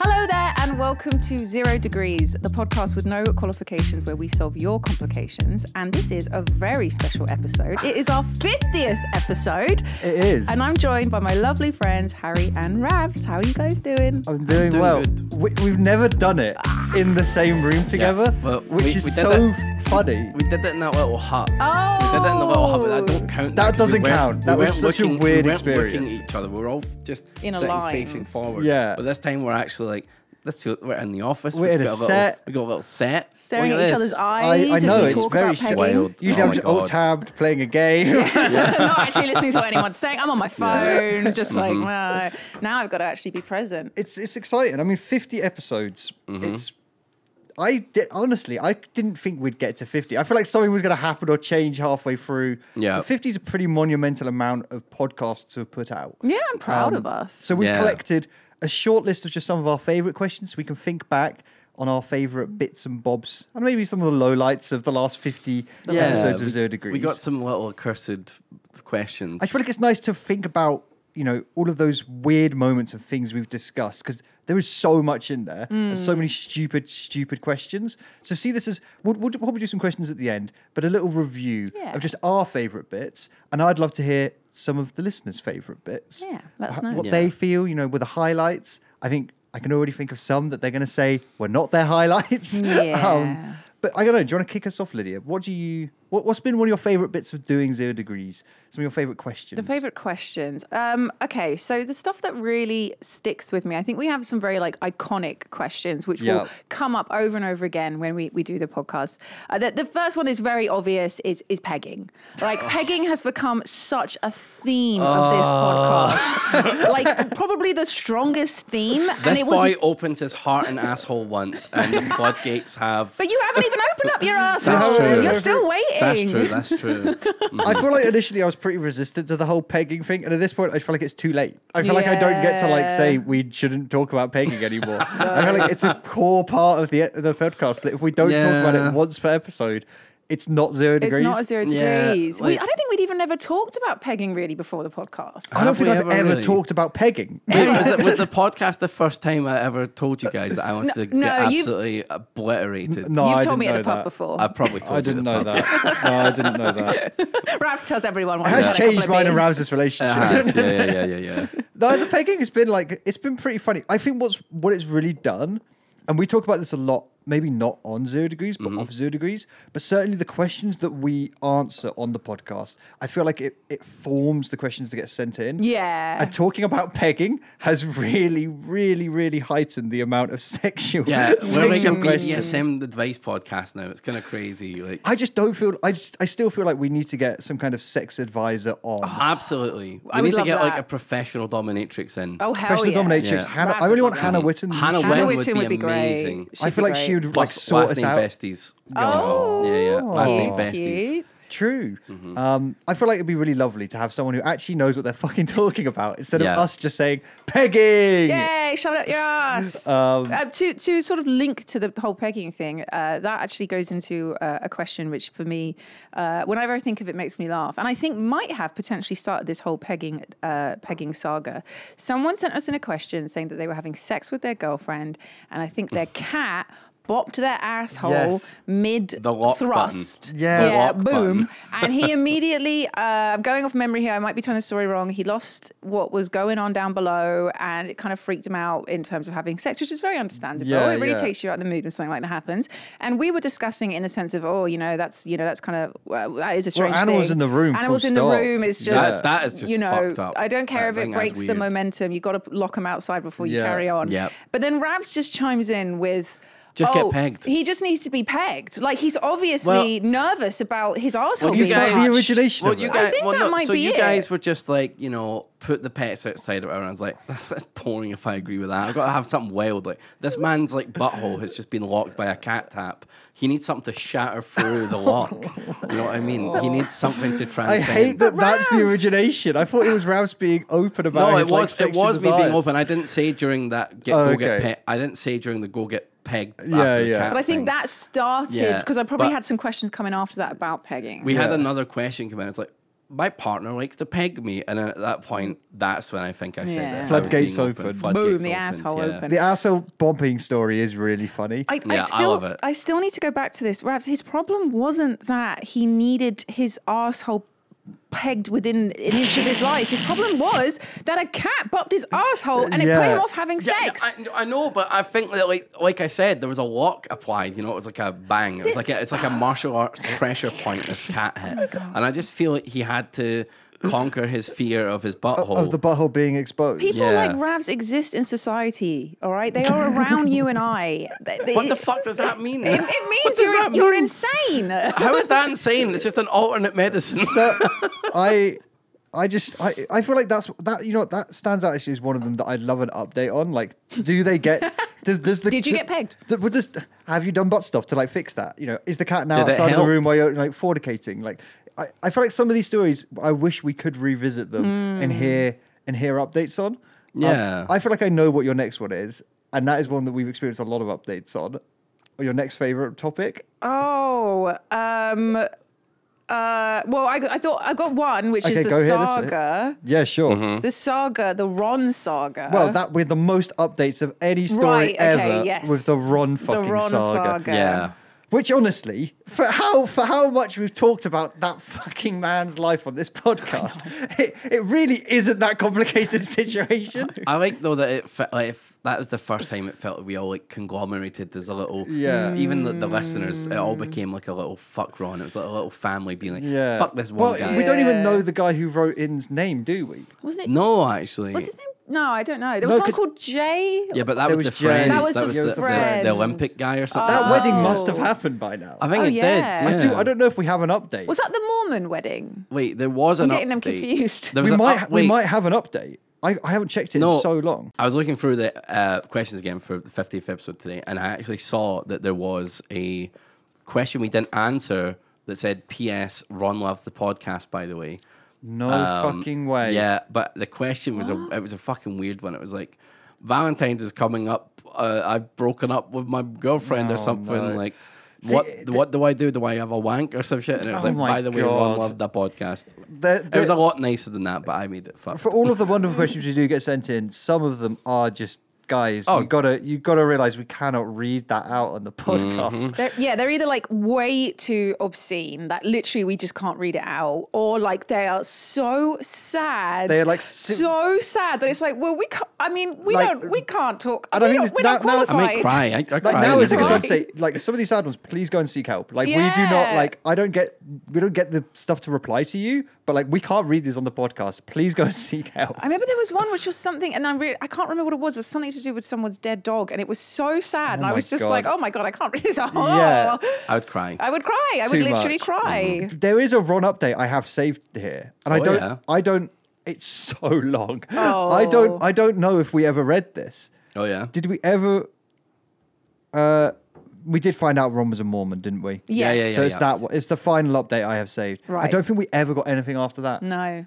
Hello there, and welcome to Zero Degrees, the podcast with no qualifications where we solve your complications. And this is a very special episode. It is our 50th episode, It is. and I'm joined by my lovely friends, Harry and Ravs. How are you guys doing? I'm doing, well. good. We, we've never done it in the same room together, well, which we- is we did so that- funny. We did that in that little hut. Oh! We did that in the little hut, but that don't count. That because doesn't weren't- count. That was weren't such a looking- weird we weren't experience. looking at each other. We were all just In a sitting line. facing forward. Yeah. But this time we're actually like, let's do it. We're in the office. We're We've in a got little- set. We got a little set. Staring Look at each this. other's eyes I, I know, as it's we talk very about strange. pegging. Wild. Usually Oh I'm my just alt tabbed playing a game. I'm not actually listening to what anyone's saying. I'm on my phone, just Mm-hmm. like, wow. now I've got to actually be present. it's it's exciting. I mean, 50 episodes. Mm-hmm. It's I did honestly, I didn't think we'd get to 50. I feel like something was going to happen or change halfway through. Yeah. But 50 is a pretty monumental amount of podcasts to have put out. Yeah, I'm proud Um, of us. So we Yeah. collected a short list of just some of our favorite questions. We can think back on our favorite bits and bobs, and maybe some of the lowlights of the last fifty episodes of we- Zero Degrees. We got some little accursed questions. I feel like it's nice to think about you know all of those weird moments and things we've discussed because there is so much in there Mm. and so many stupid, stupid questions. So see this as we'll, we'll probably do some questions at the end, but a little review Yeah. of just our favorite bits, and I'd love to hear some of the listeners' favorite bits. Yeah, let us Ho- know. what Yeah. they feel. You know, were the highlights. I think I can already think of some that they're going to say were not their highlights. Um, Yeah. but I don't know. Do you want to kick us off, Lydia? What do you? What, what's been one of your favorite bits of doing zero degrees? Some of your favorite questions. The favorite questions. Um, okay, so the stuff that really sticks with me, I think we have some very like iconic questions which Yeah. will come up over and over again when we, we do the podcast. Uh, the, the first one is very obvious is is pegging. Like pegging has become such a theme of this Ah. podcast. like probably the strongest theme, and this it was. boy opened his heart and asshole once, and the floodgates have. but you haven't even opened up your ass. true. You're still waiting. That's true. That's true. I feel like initially I was pretty resistant to the whole pegging thing, and at this point I feel like it's too late. I feel like I don't get to like Yeah. say we shouldn't talk about pegging anymore. I feel like it's a core part of the e, the podcast that if we don't talk about Yeah. it once per episode, it's not zero degrees. It's not a zero Yeah, degrees. we, like- I don't think we'd even ever talked about pegging really before the podcast. I don't Have think we I've ever ever really? talked about pegging. Wait, was, it, was the podcast the first time I ever told you guys that I wanted to get no, you've- absolutely obliterated? No, You've Oh, I told didn't me at the know pub that. before. I probably told I you didn't the know pub. that. No, I didn't know that. Raps tells everyone why It he's has had a couple changed of mine beers. and Rav's relationship. Yes, yeah, yeah, yeah, yeah, yeah. No, the pegging has been like it's been pretty funny. I think what's what it's really done, and we talk about this a lot, maybe not on zero degrees, Mm-hmm. but off zero degrees. But certainly the questions that we answer on the podcast, I feel like it it forms the questions that get sent in. Yeah. And talking about pegging has really, really, really heightened the amount of sexual, Yeah, we're like a sexual questions. BDSM advice podcast now. It's kind of crazy. Like, I just don't feel. I just. I still feel like we need to get some kind of sex advisor on. absolutely. We I would need to love get like that. a professional dominatrix in. oh, hell Professional yeah. dominatrix. Yeah. Hannah. Rav's I really would want love Hannah that. Witten. Hannah She- Hannah Wynn would Whitson be would be great. amazing. She'd I feel be like she great. would like Plus, sort last us name out. besties. Oh, yeah, yeah. Last name Oh, besties. cute. True. Mm-hmm. Um, I feel like it'd be really lovely to have someone who actually knows what they're fucking talking about instead Yeah. of us just saying pegging. Yay, shove it up your ass. um, Uh, to, to sort of link to the whole pegging thing, uh, that actually goes into uh, a question which for me, uh, whenever I think of it, makes me laugh. And I think might have potentially started this whole pegging, uh, pegging saga. Someone sent us in a question saying that they were having sex with their girlfriend, and I think their cat bopped their asshole Yes. mid The lock button. thrust. Yeah. The yeah, lock boom. button. and he immediately, uh, I'm going off memory here. I might be telling the story wrong. He lost what was going on down below, and it kind of freaked him out in terms of having sex, which is very understandable. Yeah, it really yeah. takes you out of the mood when something like that happens. And we were discussing it in the sense of, oh, you know, that's you know, that's kind of well, that is a strange animals thing. in the room, full Animals in the stop. room is Yeah. just That- that is just you know. fucked up. I don't care That if it thing, that's breaks the weird. momentum. You got to lock them outside before you Yeah. carry on. Yep. But then Ravs just chimes in with. Just get "Oh, pegged." He just needs to be pegged. Like he's obviously nervous about his arsehole Well, being you Is that guys- the touched. origination? Well, of you it? guys, think well, that no, might so be you it. guys were just like, you know, put the pets outside or whatever. And I was like, that's boring if I agree with that. I've got to have something wild. Like, this man's like butthole has just been locked by a cat tap. He needs something to shatter through the lock. You know what I mean? He needs something to I transcend. hate that that's the Rouse. origination. I thought it was Rouse being open about No, his, it like, was it sexual was me being desires. open. I didn't say during that get Oh, go okay. get pe- I didn't say during the go get pegged. Yeah, after the yeah. cat But I think thing. that started Yeah, because I probably but- had some questions coming after that about pegging. we had Yeah. another question come in. It's like my partner likes to peg me, and then at that point, that's when I think I said Yeah. that. I was Floodgates being opened. Boom, floodgates the asshole opened. The asshole bumping story is really funny. I, I Yeah, I still, love it. I still need to go back to this. Rabs, his problem wasn't that he needed his asshole pegged within an inch of his life. His problem was that a cat bopped his asshole and it put Yeah. him off having Yeah, sex. I, I know, but I think that, like, like I said, there was a lock applied. You know, it was like a bang. It was like a, it's like a martial arts pressure point this cat Oh hit, and I just feel like he had to conquer his fear of his butthole. Of the butthole being exposed. People Yeah. like Ravs exist in society, all right? They are around you and I. They- they- what the fuck does that mean? It, it means you're, you're insane. How is that insane? It's just an alternate medicine. I I just I, I feel like that's that you know what, that stands out actually as one of them that I'd love an update on. Like, do they get does, does the Did you get pegged? do- well, does- have you done butt stuff to like fix that? You know, is the cat now Did it outside of the help? room while you're like fornicating? Like I, I feel like some of these stories I wish we could revisit them Hmm. and hear and hear updates on. Um, Yeah. I feel like I know what your next one is, and that is one that we've experienced a lot of updates on. Or your next favorite topic? Oh, um, uh, well, I, I thought I got one, which Okay, is the go ahead, listen. saga. Yeah, sure. Mm-hmm. The saga, the Ron saga. Well, that with the most updates of any story Uh-huh. Right, okay, ever yes. with the Ron fucking the Ron saga. saga. yeah. Which honestly, for how for how much we've talked about that fucking man's life on this podcast, it, it really isn't that complicated situation. I like though that it fe- like if that was the first time it felt we all like conglomerated as a little Yeah. Even the, the listeners, it all became like a little fuck Ron. It was like a little family being like, Yeah. fuck this one well, guy. We don't even Yeah. know the guy who wrote in's name, do we? Wasn't it? No, actually. What's his name? No, I don't know. There was No, someone 'cause- called Jay. Yeah, but that There was, was the friend. Jane. That was the friend. The, Olympic guy or something. That like wedding Oh. must have happened by now. I think Oh, it yeah. I did. do. yeah. I don't know if we have an update. Was that the Mormon wedding? Wait, there was an. getting them update. confused. There was we an might up- we wait. might have an update. I, I haven't checked it in so long. I was looking through the uh, questions again for the 50th episode today, and I actually saw that there was a question we didn't answer that said, P.S. Ron loves the podcast, by the way. No Um, fucking way. Yeah, but the question was a, it was a fucking weird one. It was like, Valentine's is coming up. Uh, I've broken up with my girlfriend or No, something. no. Like, See, what th- what do I do? Do I have a wank or some shit? And it was Oh like, my by the way, Ron God. loved the podcast. The- it was the- a lot nicer than that, but I made it fuck. for all of the wonderful questions you do get sent in, some of them are just guys. Oh. You gotta you gotta realize we cannot read that out on the Mm-hmm. podcast. They're, yeah, they're either like way too obscene that literally we just can't read it out, or like they are so sad. They are, like, si- so sad that it's like, well, we can't. I mean, we Like, don't. We can't talk. I don't we mean don't, it's- we're not now- now- qualified. I mean, I cry. I, I Like cry now is a good every time day. to say like some of these sad ones. Please go and seek help. Like we do not Yeah. like I don't get we don't get the stuff to reply to you, but like we can't read these on the podcast. Please go and seek help. I remember there was one which was something, and I really, I can't remember what it was. It was something to do with someone's dead dog, and it was so sad. and I my was just God. like, oh my god, I can't read this out. Yeah. I would cry. I would cry. I would too literally much. Mm-hmm. cry. There is a Ron update I have saved here, and I Oh, don't. yeah. I don't. It's so long. I don't. Oh. I don't know if we ever read this. Oh, yeah. Did we ever? Uh, we did find out Ron was a Mormon, didn't we? Yeah, yeah, Yes. yeah. So it's that. one- It's the final update I have saved. I Right. don't think we ever got anything after that. No.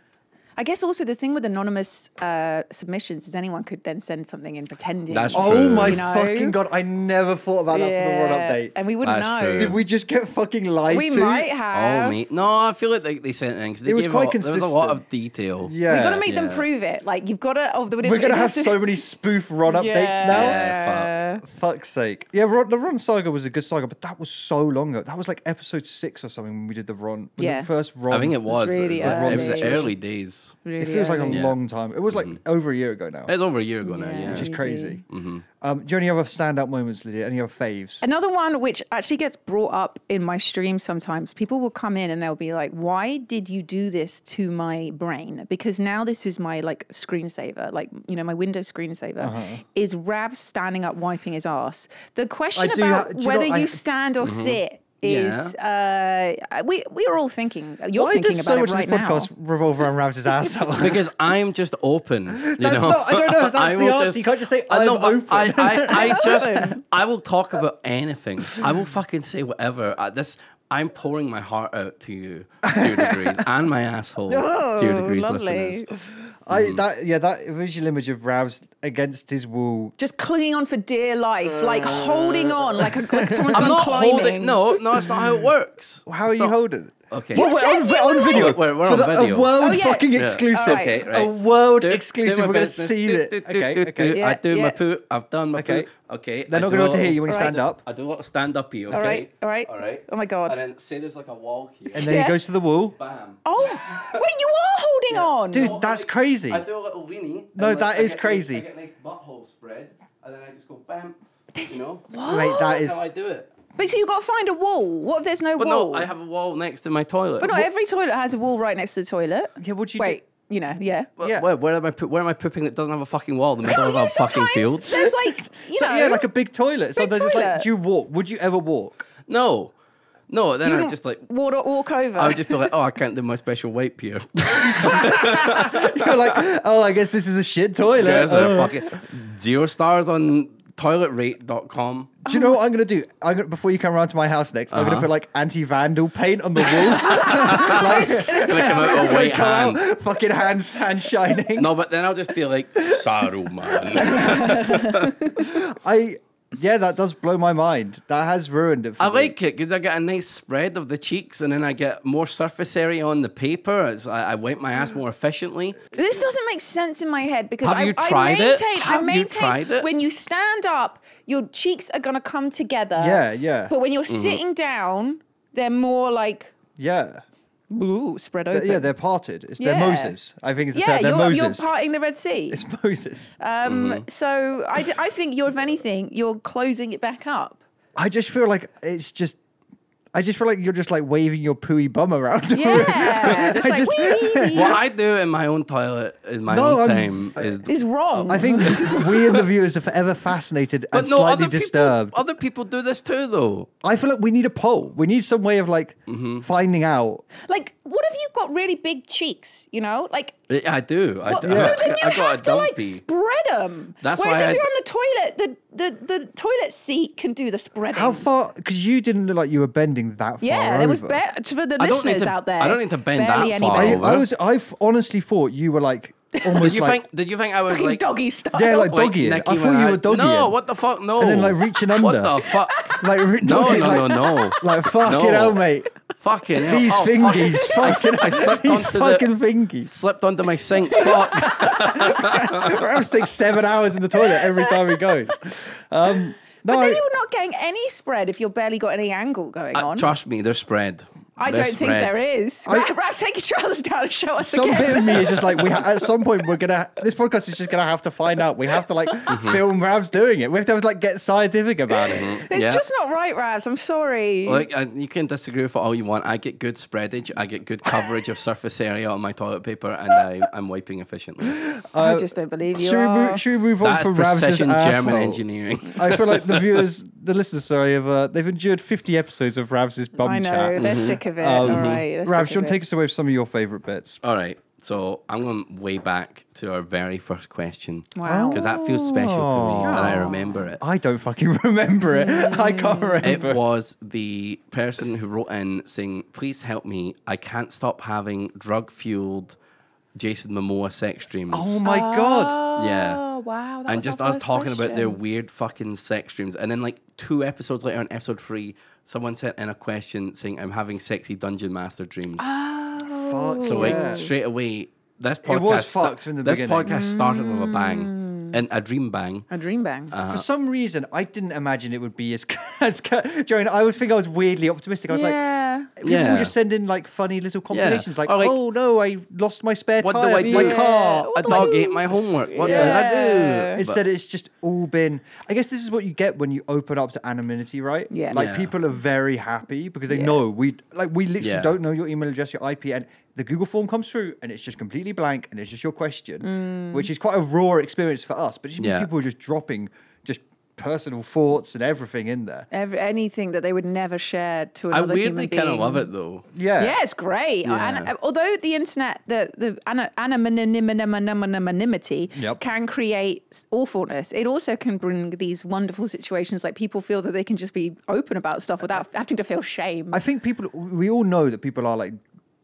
I guess also the thing with anonymous uh, submissions is anyone could then send something in pretending. That's Oh True. my You know? fucking god! I never thought about that for the Ron update. And we wouldn't That's know. true. did we just get fucking lied We to? might Oh have. mate, no, I feel like they, they sent it in because It they was gave quite a, there was a lot consistent. of detail. Yeah. we got to make them Yeah. prove it. Like, you've got to. Oh, We're gonna have so many spoof Ron updates now. Yeah, Yeah. Fuck's sake. Yeah, Ron, the Ron saga was a good saga, but that was so long ago. That was like episode six or something when we did the Ron. when Yeah. The first Ron. I think it was. really it, was like- it was the early. early days. Really It feels like a early. long time. It was like Mm-hmm. over a year ago now, It was over a year ago now. Yeah. Yeah. which is Crazy. crazy. Um, do you have any other standout moments, Lydia? Any other faves? Another one which actually gets brought up in my stream sometimes. People will come in and they'll be like, "Why did you do this to my brain?" Because now this is my like screensaver, like you know, my Windows screensaver Uh-huh. is Rav standing up wiping his ass. The question I do ha- about do you whether know, I- Mm-hmm. you stand or sit is uh, we we are all thinking. You're Why thinking does about so much it of right this podcast now. revolve around Ramsey's asshole? Because I'm just open. You That's know? not- I don't know, that's I the will answer. You can't just say, I know, "I'm but open." I, I, I just, open. I will talk about anything. I will fucking say whatever. Uh, this, I'm pouring my heart out to you, to your degrees, and my asshole, to your Oh, degrees, lovely. listeners. I that yeah that visual image of Ravs against his wall. Just clinging on for dear life, like holding Uh, on, like, a, like someone's I'm gone not climbing. holding. No, no, that's not how it works. How It's are you not- holding? Okay. Well, You we're said on, you we're on were video. holding- We're- we're For on the- video. A world Oh, yeah. fucking Yeah. exclusive. All right. A world Do- do exclusive. my We're going to business. see Do- it. do- do- Okay, do- okay. do. I do my Yeah. poo. I've done my Okay. poo. Okay. They're I not do gonna be able to a- hear you when you I stand do- up. I do a lot of stand up pee. Okay. right, all right. All right. Oh my God. And then say there's like a wall here. And then Yeah. he goes to the wall. bam. Oh, wait, you are holding on, Dude, Well, that's I- crazy. I do a little weenie. No, and, that I is get nice- crazy. I get nice butthole spread, and then I just go bam. You know. Mate, that That's is how I do it. But so you've got to find a wall. What if there's no But wall? no, I have a wall next to my toilet. But not every toilet has a wall right next to the toilet. Yeah, what do you do? Wait, you know, yeah. Wh- yeah. Uh, Where, where am I? poo- Where am I pooping that doesn't have a fucking wall in the middle of a fucking sometimes field? There's like, you So, know, yeah, like a big toilet. Sometimes it's like, toilet. do you walk? Would you ever walk? No, no. Then you I don't just like. water walk over. I would just be like, oh, I can't do my special weight here. You're like, oh, I guess this is a shit toilet. There's a Oh. fucking zero stars on toiletrate.com. Do you know what I'm gonna do? I'm gonna, before you come around to my house next, Uh-huh. I'm gonna put like anti-vandal paint on the wall. like, Gonna come out a white come hand. out, fucking handstand shining. No, but then I'll just be like, Saruman. I, yeah, that does blow my mind. That has ruined it. For I me. like it because I get a nice spread of the cheeks and then I get more surface area on the paper. It's, I, I wipe my ass more efficiently. this doesn't make sense in my head because Have I, you I tried maintain, it? I Have you maintain tried it? when you stand up, your cheeks are gonna come together. Yeah, yeah. But when you're Mm-hmm. sitting down, they're more like Yeah. ooh, spread Th- open. Yeah, they're parted. It's Yeah. their Moses. I think it's the yeah, term. They're you're, you're Moses. parting the Red Sea. it's Moses. Uh, Um, Mm-hmm. So I, d- I think you're, if anything, you're closing it back up. I just feel like it's just. I just feel like you're just like waving your pooey bum around. Yeah. Just I like, just- wee, wee, wee. What I do in my own toilet in my No, own I'm- time is. It's wrong. I think we and the viewers are forever fascinated But and no, slightly other disturbed. people, other people do this too, though. I feel like we need a poll. We need some way of like Mm-hmm. finding out. like, what if you've got really big cheeks, you know? Like, I I do. I, what, do. I, so then you I got have a to, like, dumpy. spread them. That's Whereas why if I- you're on the toilet, the, the, the toilet seat can do the spreading. How far? Because you didn't look like you were bending that far. Yeah, there was over. better for the I don't need listeners to- out there. I don't need to bend barely that any far I, bend. over. I was. I f- honestly thought you were like Did almost you like. think? Did you think I was Fucking like doggy style. Yeah, like- Like Doggy-ed. Nicky I thought when you were doggy-ed. No, what the fuck? No. And then, like, reaching What under. the fuck? Like re- no, doggy, no, like, no, no. Like fucking No. hell, mate. Fucking hell. These Oh, fuck. fingies, fucking, I slept these onto the- fucking fingies. Slipped onto my sink. Fuck. Rams takes seven hours in the toilet every time he goes. Um, no, But I- then you're not getting any spread if you've barely got any angle going on. Uh, Trust me, they're spread. I They're don't think spread. there is. I- Ra- Rats, take your trousers down and show us some again. bit of me is just like we ha- at some point we're gonna this podcast is just gonna have to find out we have to like Mm-hmm. film Rav's doing it we have to like get scientific about it It's Yeah. just not right, Ravs. I'm sorry. Like uh, you can disagree with it all you want. I get good spreadage. I get good coverage of surface area on my toilet paper, and I, I'm wiping efficiently. I just don't believe you should, we are. move, should we move on That's from Rav's precision German asshole engineering. I feel like the viewers the listeners sorry have uh, they've endured 50 episodes of Rav's bum I know chat they're sick of it. All right, they're Rav sick do you want of to take it. us away with some of your favourite bits All right. So I'm going way back to our very first question. Wow. Because that feels special to me, and I remember it. I don't fucking remember it I can't Mm. It remember was the person who wrote in saying, "Please help me. I can't stop having drug-fueled Jason Momoa sex dreams." oh my god yeah. Oh wow! that and was just our us first talking about their question. weird fucking sex dreams. And then, like, two episodes later, on episode three, someone sent in a question saying, I'm having sexy dungeon master dreams. Ah. Fuck so, yeah. Oh. like, straight away, this podcast, was sta- fucked from the this beginning. Mm. podcast started with a bang. in a dream bang. A dream bang. Uh-huh. For some reason, I didn't imagine it would be as as Joanne. I would think I was weirdly optimistic. I was like, yeah. people Yeah. would just send in like funny little compilations, like, Or, like, "Oh no, I lost my spare What do tire I for my do? car." A dog ate my homework. What did I Yeah. do? Instead, it's just all been. I guess this is what you get when you open up to anonymity, right? Yeah. Like Yeah. people are very happy because they know we like we literally Yeah. don't know your email address, your IP, and the Google form comes through and it's just completely blank and it's just your Mm. question, which is quite a raw experience for us. But it's just Yeah. people just dropping just personal thoughts and everything in there. Every, anything that they would never share to I another weirdly kind of love it though. Yeah. Yeah, it's great. Uh, and- Yeah. uh, although the internet, the the ana- anonymity Yep. can create s- awfulness, it also can bring these wonderful situations. Like people feel that they can just be open about stuff without having to feel shame. I think people we all know that people are like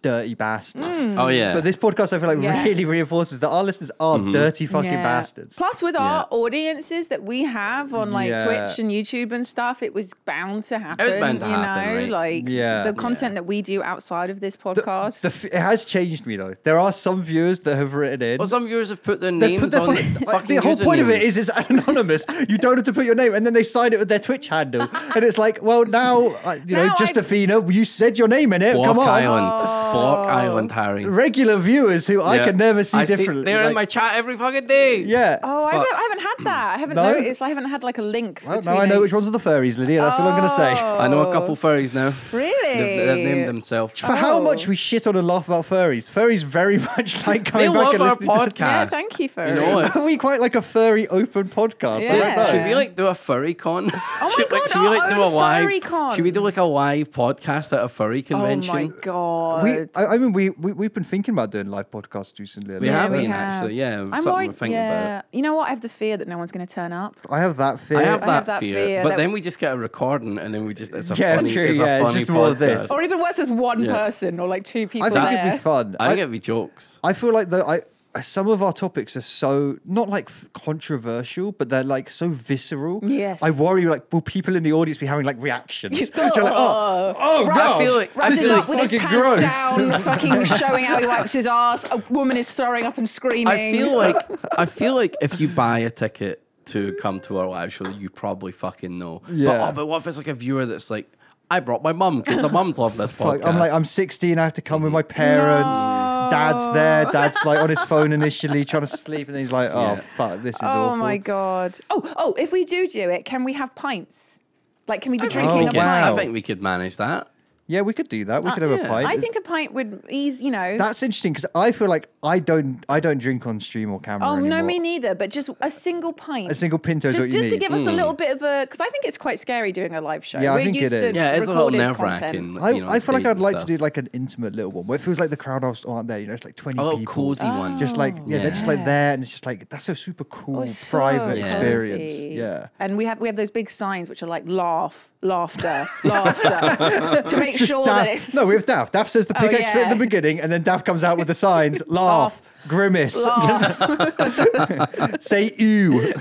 dirty bastards. Mm. Oh yeah. Mm-hmm. But this podcast, I feel like, Yeah. really reinforces that our listeners are dirty fucking Yeah. bastards. Plus, with our audiences that we have on like Yeah. Twitch and YouTube and stuff, it was bound to happen. bound to you happen, know, right? like Yeah. the content that we do outside of this podcast. The f- it has changed me though. There are some viewers that have written in. well, some viewers have put their They names put their on fucking- the, I- fucking the whole point of it usernames. is it's anonymous. You don't have to put your name, and then they sign it with their Twitch handle, and it's like, well, now uh, you know, Now I- Justifina, you said your name in it. Block Come on, Island, Block Oh. Island, Harry. regular viewers who I Yeah. can never see I differently. they're in my like- chat every fucking day. yeah. oh, I haven't, I haven't had that. I haven't No? noticed. I haven't had like a link. Well, now between I a- know which ones are the furries, Lydia. That's all I'm going Oh. to say. I know a couple furries now. Really? They've, they've named themselves. For how Oh. much we shit on and laugh about furries, furries very much like They going back love and our listening podcast. Yeah, thank you, You know, furries. to. it's- Are we quite like a furry open podcast? I don't Yeah. know. Should we like do a furry con? Oh my God, our own live, furry con. Should we do like a live podcast at a furry Oh my convention? god! We, I, I mean, we, we we've been thinking about doing live podcasts recently. We I have know. been. actually, yeah, I'm something worried. to think yeah. about. You know what? I have the fear that no one's going to turn up. I have that fear. I have that, I have that fear, fear but that- then we just get a recording, and then we just—it's a Yeah, funny, true, it's yeah, a it's funny just more of this. podcast. Or even worse, as one person or like two people I think there. it'd be fun. I I, think it'd be jokes. I feel like though I some of our topics are so not like f- controversial, but they're like so visceral. Yes. I worry like will people in the audience be having like reactions? They're like, oh, oh, Russ- gosh, I feel like- Russ this is is up with his fucking pants gross. down, fucking showing how he wipes his ass. A woman is throwing up and screaming. I feel like I feel like if you buy a ticket to come to our live show, you probably fucking know. But, Yeah. oh, but what if it's like a viewer that's like, I brought my mum because the mums love this podcast. Like, I'm like, I'm 16. I have to come with my parents. Mm-hmm. Dad's there. Dad's like on his phone initially trying to sleep, and then he's like, "Oh Yeah. fuck, this is oh awful." my god. Oh, oh! If we do do it, can we have pints? Like, can we be I drinking think a we could- wow. pint? I think we could manage that. Yeah, we could do that. We could have yeah. a pint. Uh, I think a pint would ease. You know. That's interesting because I feel like I don't I don't drink on stream or camera. Oh anymore. no, me neither. But just a single pint. A single pinto is Just, what you just to need. Mm. give us a little bit of a, because I think it's quite scary doing a live show. Yeah, I We're think it used is. to Yeah, it's a little recorded nerve content. wracking. I, I feel like I'd like to do like an intimate little one where it feels like the crowd aren't aren't there. You know, it's like twenty a little people. cozy one. Just like yeah, they're just like Yeah. there, and it's just like that's a super cool Oh, it's so private cozy. experience. Yeah. and we have we have those big signs which are like laugh, laughter, laughter, to make sure that Daft, it's no, we have Daft. Daft says the Oh, pickaxe fit at yeah. the beginning, and then Daft comes out with the signs: laugh, grimace, laugh. say ew.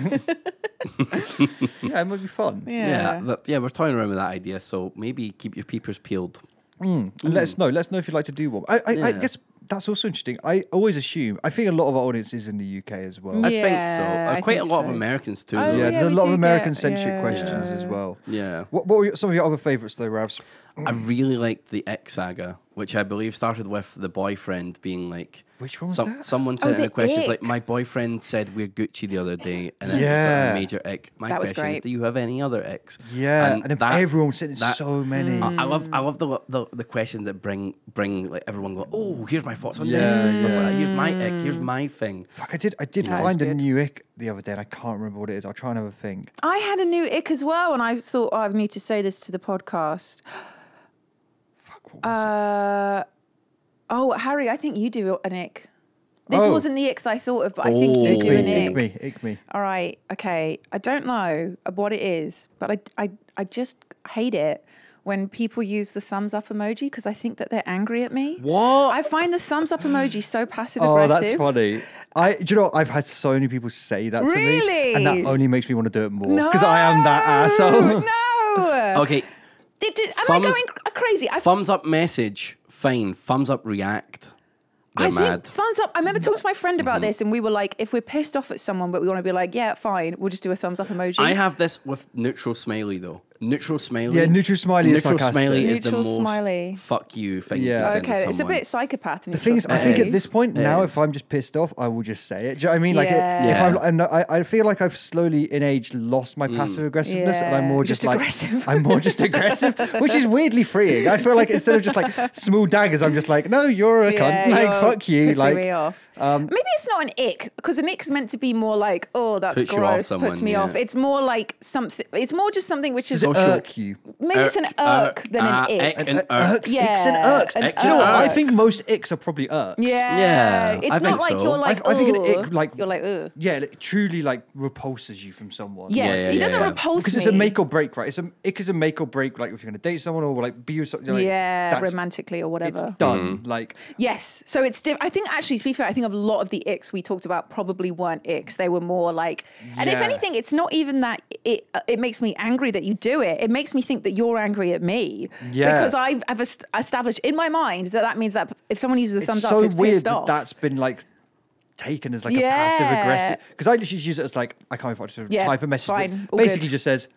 yeah, it might be fun. Yeah. Yeah, that- yeah, we're toying around with that idea, so maybe keep your peepers peeled. And let us know. Let us know if you'd like to do one. I, I, I Yeah. guess that's also interesting. I always assume. I think a lot of our audience is in the UK as well. I think so. Yeah, Uh, I quite think a lot of so. Americans too. Oh, though. yeah, yeah, there's a we lot of do get- American-centric yeah. questions as well. Yeah. What, what were your, some of your other favourites though, Ravs? I really liked the X saga, which I believe started with the boyfriend being like. Which one was that? Someone Oh, sent in the a question it's like, ick. "My boyfriend said we're Gucci the other day," and then Yeah. it was like a major ick. My That was question is, great. do you have any other icks? Yeah, and, then everyone sent in that- so many. Mm. I, I love I love the, the the questions that bring bring like everyone go oh here's my thoughts on this Yeah, and stuff like that. here's my ick here's my thing Fuck, I did. I did that's find a good. new ick the other day, and I can't remember what it is. I'll try and have a think. I had a new ick as well, and I thought oh, I need to say this to the podcast. Fuck, what was Uh, oh, Harry, I think you do an ick. This Oh. wasn't the ick that I thought of, but I think you Oh. it? do an me, ick. ick me, ick me. All right, okay. I don't know what it is, but I, I, I just hate it when people use the thumbs up emoji because I think that they're angry at me. What? I find the thumbs up emoji so passive Oh, that's aggressive. funny. I, do you know, what? I've had so many people say that to me, and Really? that only makes me want to do it more because I am that asshole. No. okay Did- did- am Thumbs- I going cr- crazy? I, thumbs up message fine thumbs up react They're I mad. think thumbs up. I remember talking to my friend about this, and we were like, if we're pissed off at someone, but we want to be like, yeah, fine, we'll just do a thumbs up emoji. I have this with neutral smiley though. Neutral smiley. Yeah, neutral smiley is Neutral sarcastic. smiley Neutral is the most smiley. fuck you thing. Yeah. You can send to Okay, it's a someone. bit psychopath. The thing is, I think at this point It now, is. if I'm just pissed off, I will just say it. Do you know what I mean? Like, Yeah. if Yeah. I'm, I'm not- I, I feel like I've slowly in age lost my passive aggressiveness, and I'm Yeah. more Just just, like aggressive. I'm more just aggressive, which is weirdly freeing. I feel like instead of just like small daggers, I'm just like, no, you're a cunt. Like, you're fuck you. pissing Like, um, me off. maybe it's not an ick because an ick is meant to be more like, oh, that's Puts you off gross, puts someone, me yeah. off. It's more like something. It's more just something which is uh, does it irk you? maybe it's an irk than uh, an ick. ick and irk. Yeah. Icks and irks. And Icks do you know and what? I irks. think most icks are probably irks. Yeah, Yeah, It's I not think like so. you're I, like, I think an "Ugh." ick, like you're like, ooh. yeah, like, truly like repulses you from someone. Yes, yeah, he yeah, doesn't yeah. repulse because me. it's a make or break, right? It's a it is a make or break. Like if you're gonna date someone or like be with something, like, yeah, that's, romantically or It's whatever. done. Mm-hmm. Like Yes. So it's. Diff- I think actually, to be fair, I think a lot of the icks we talked about probably weren't icks. They were more like. And if Yeah. anything, it's not even that it. It makes me angry that you do it. It makes me think that you're angry at me. Yeah. Because I've, I've est- established in my mind that that means that if someone uses a thumbs it's up, so it's weird pissed that off. that's been like taken as like a passive Yeah. aggressive. Because I literally use it as like I can't even Yeah, type a message. that fine, all basically good. just says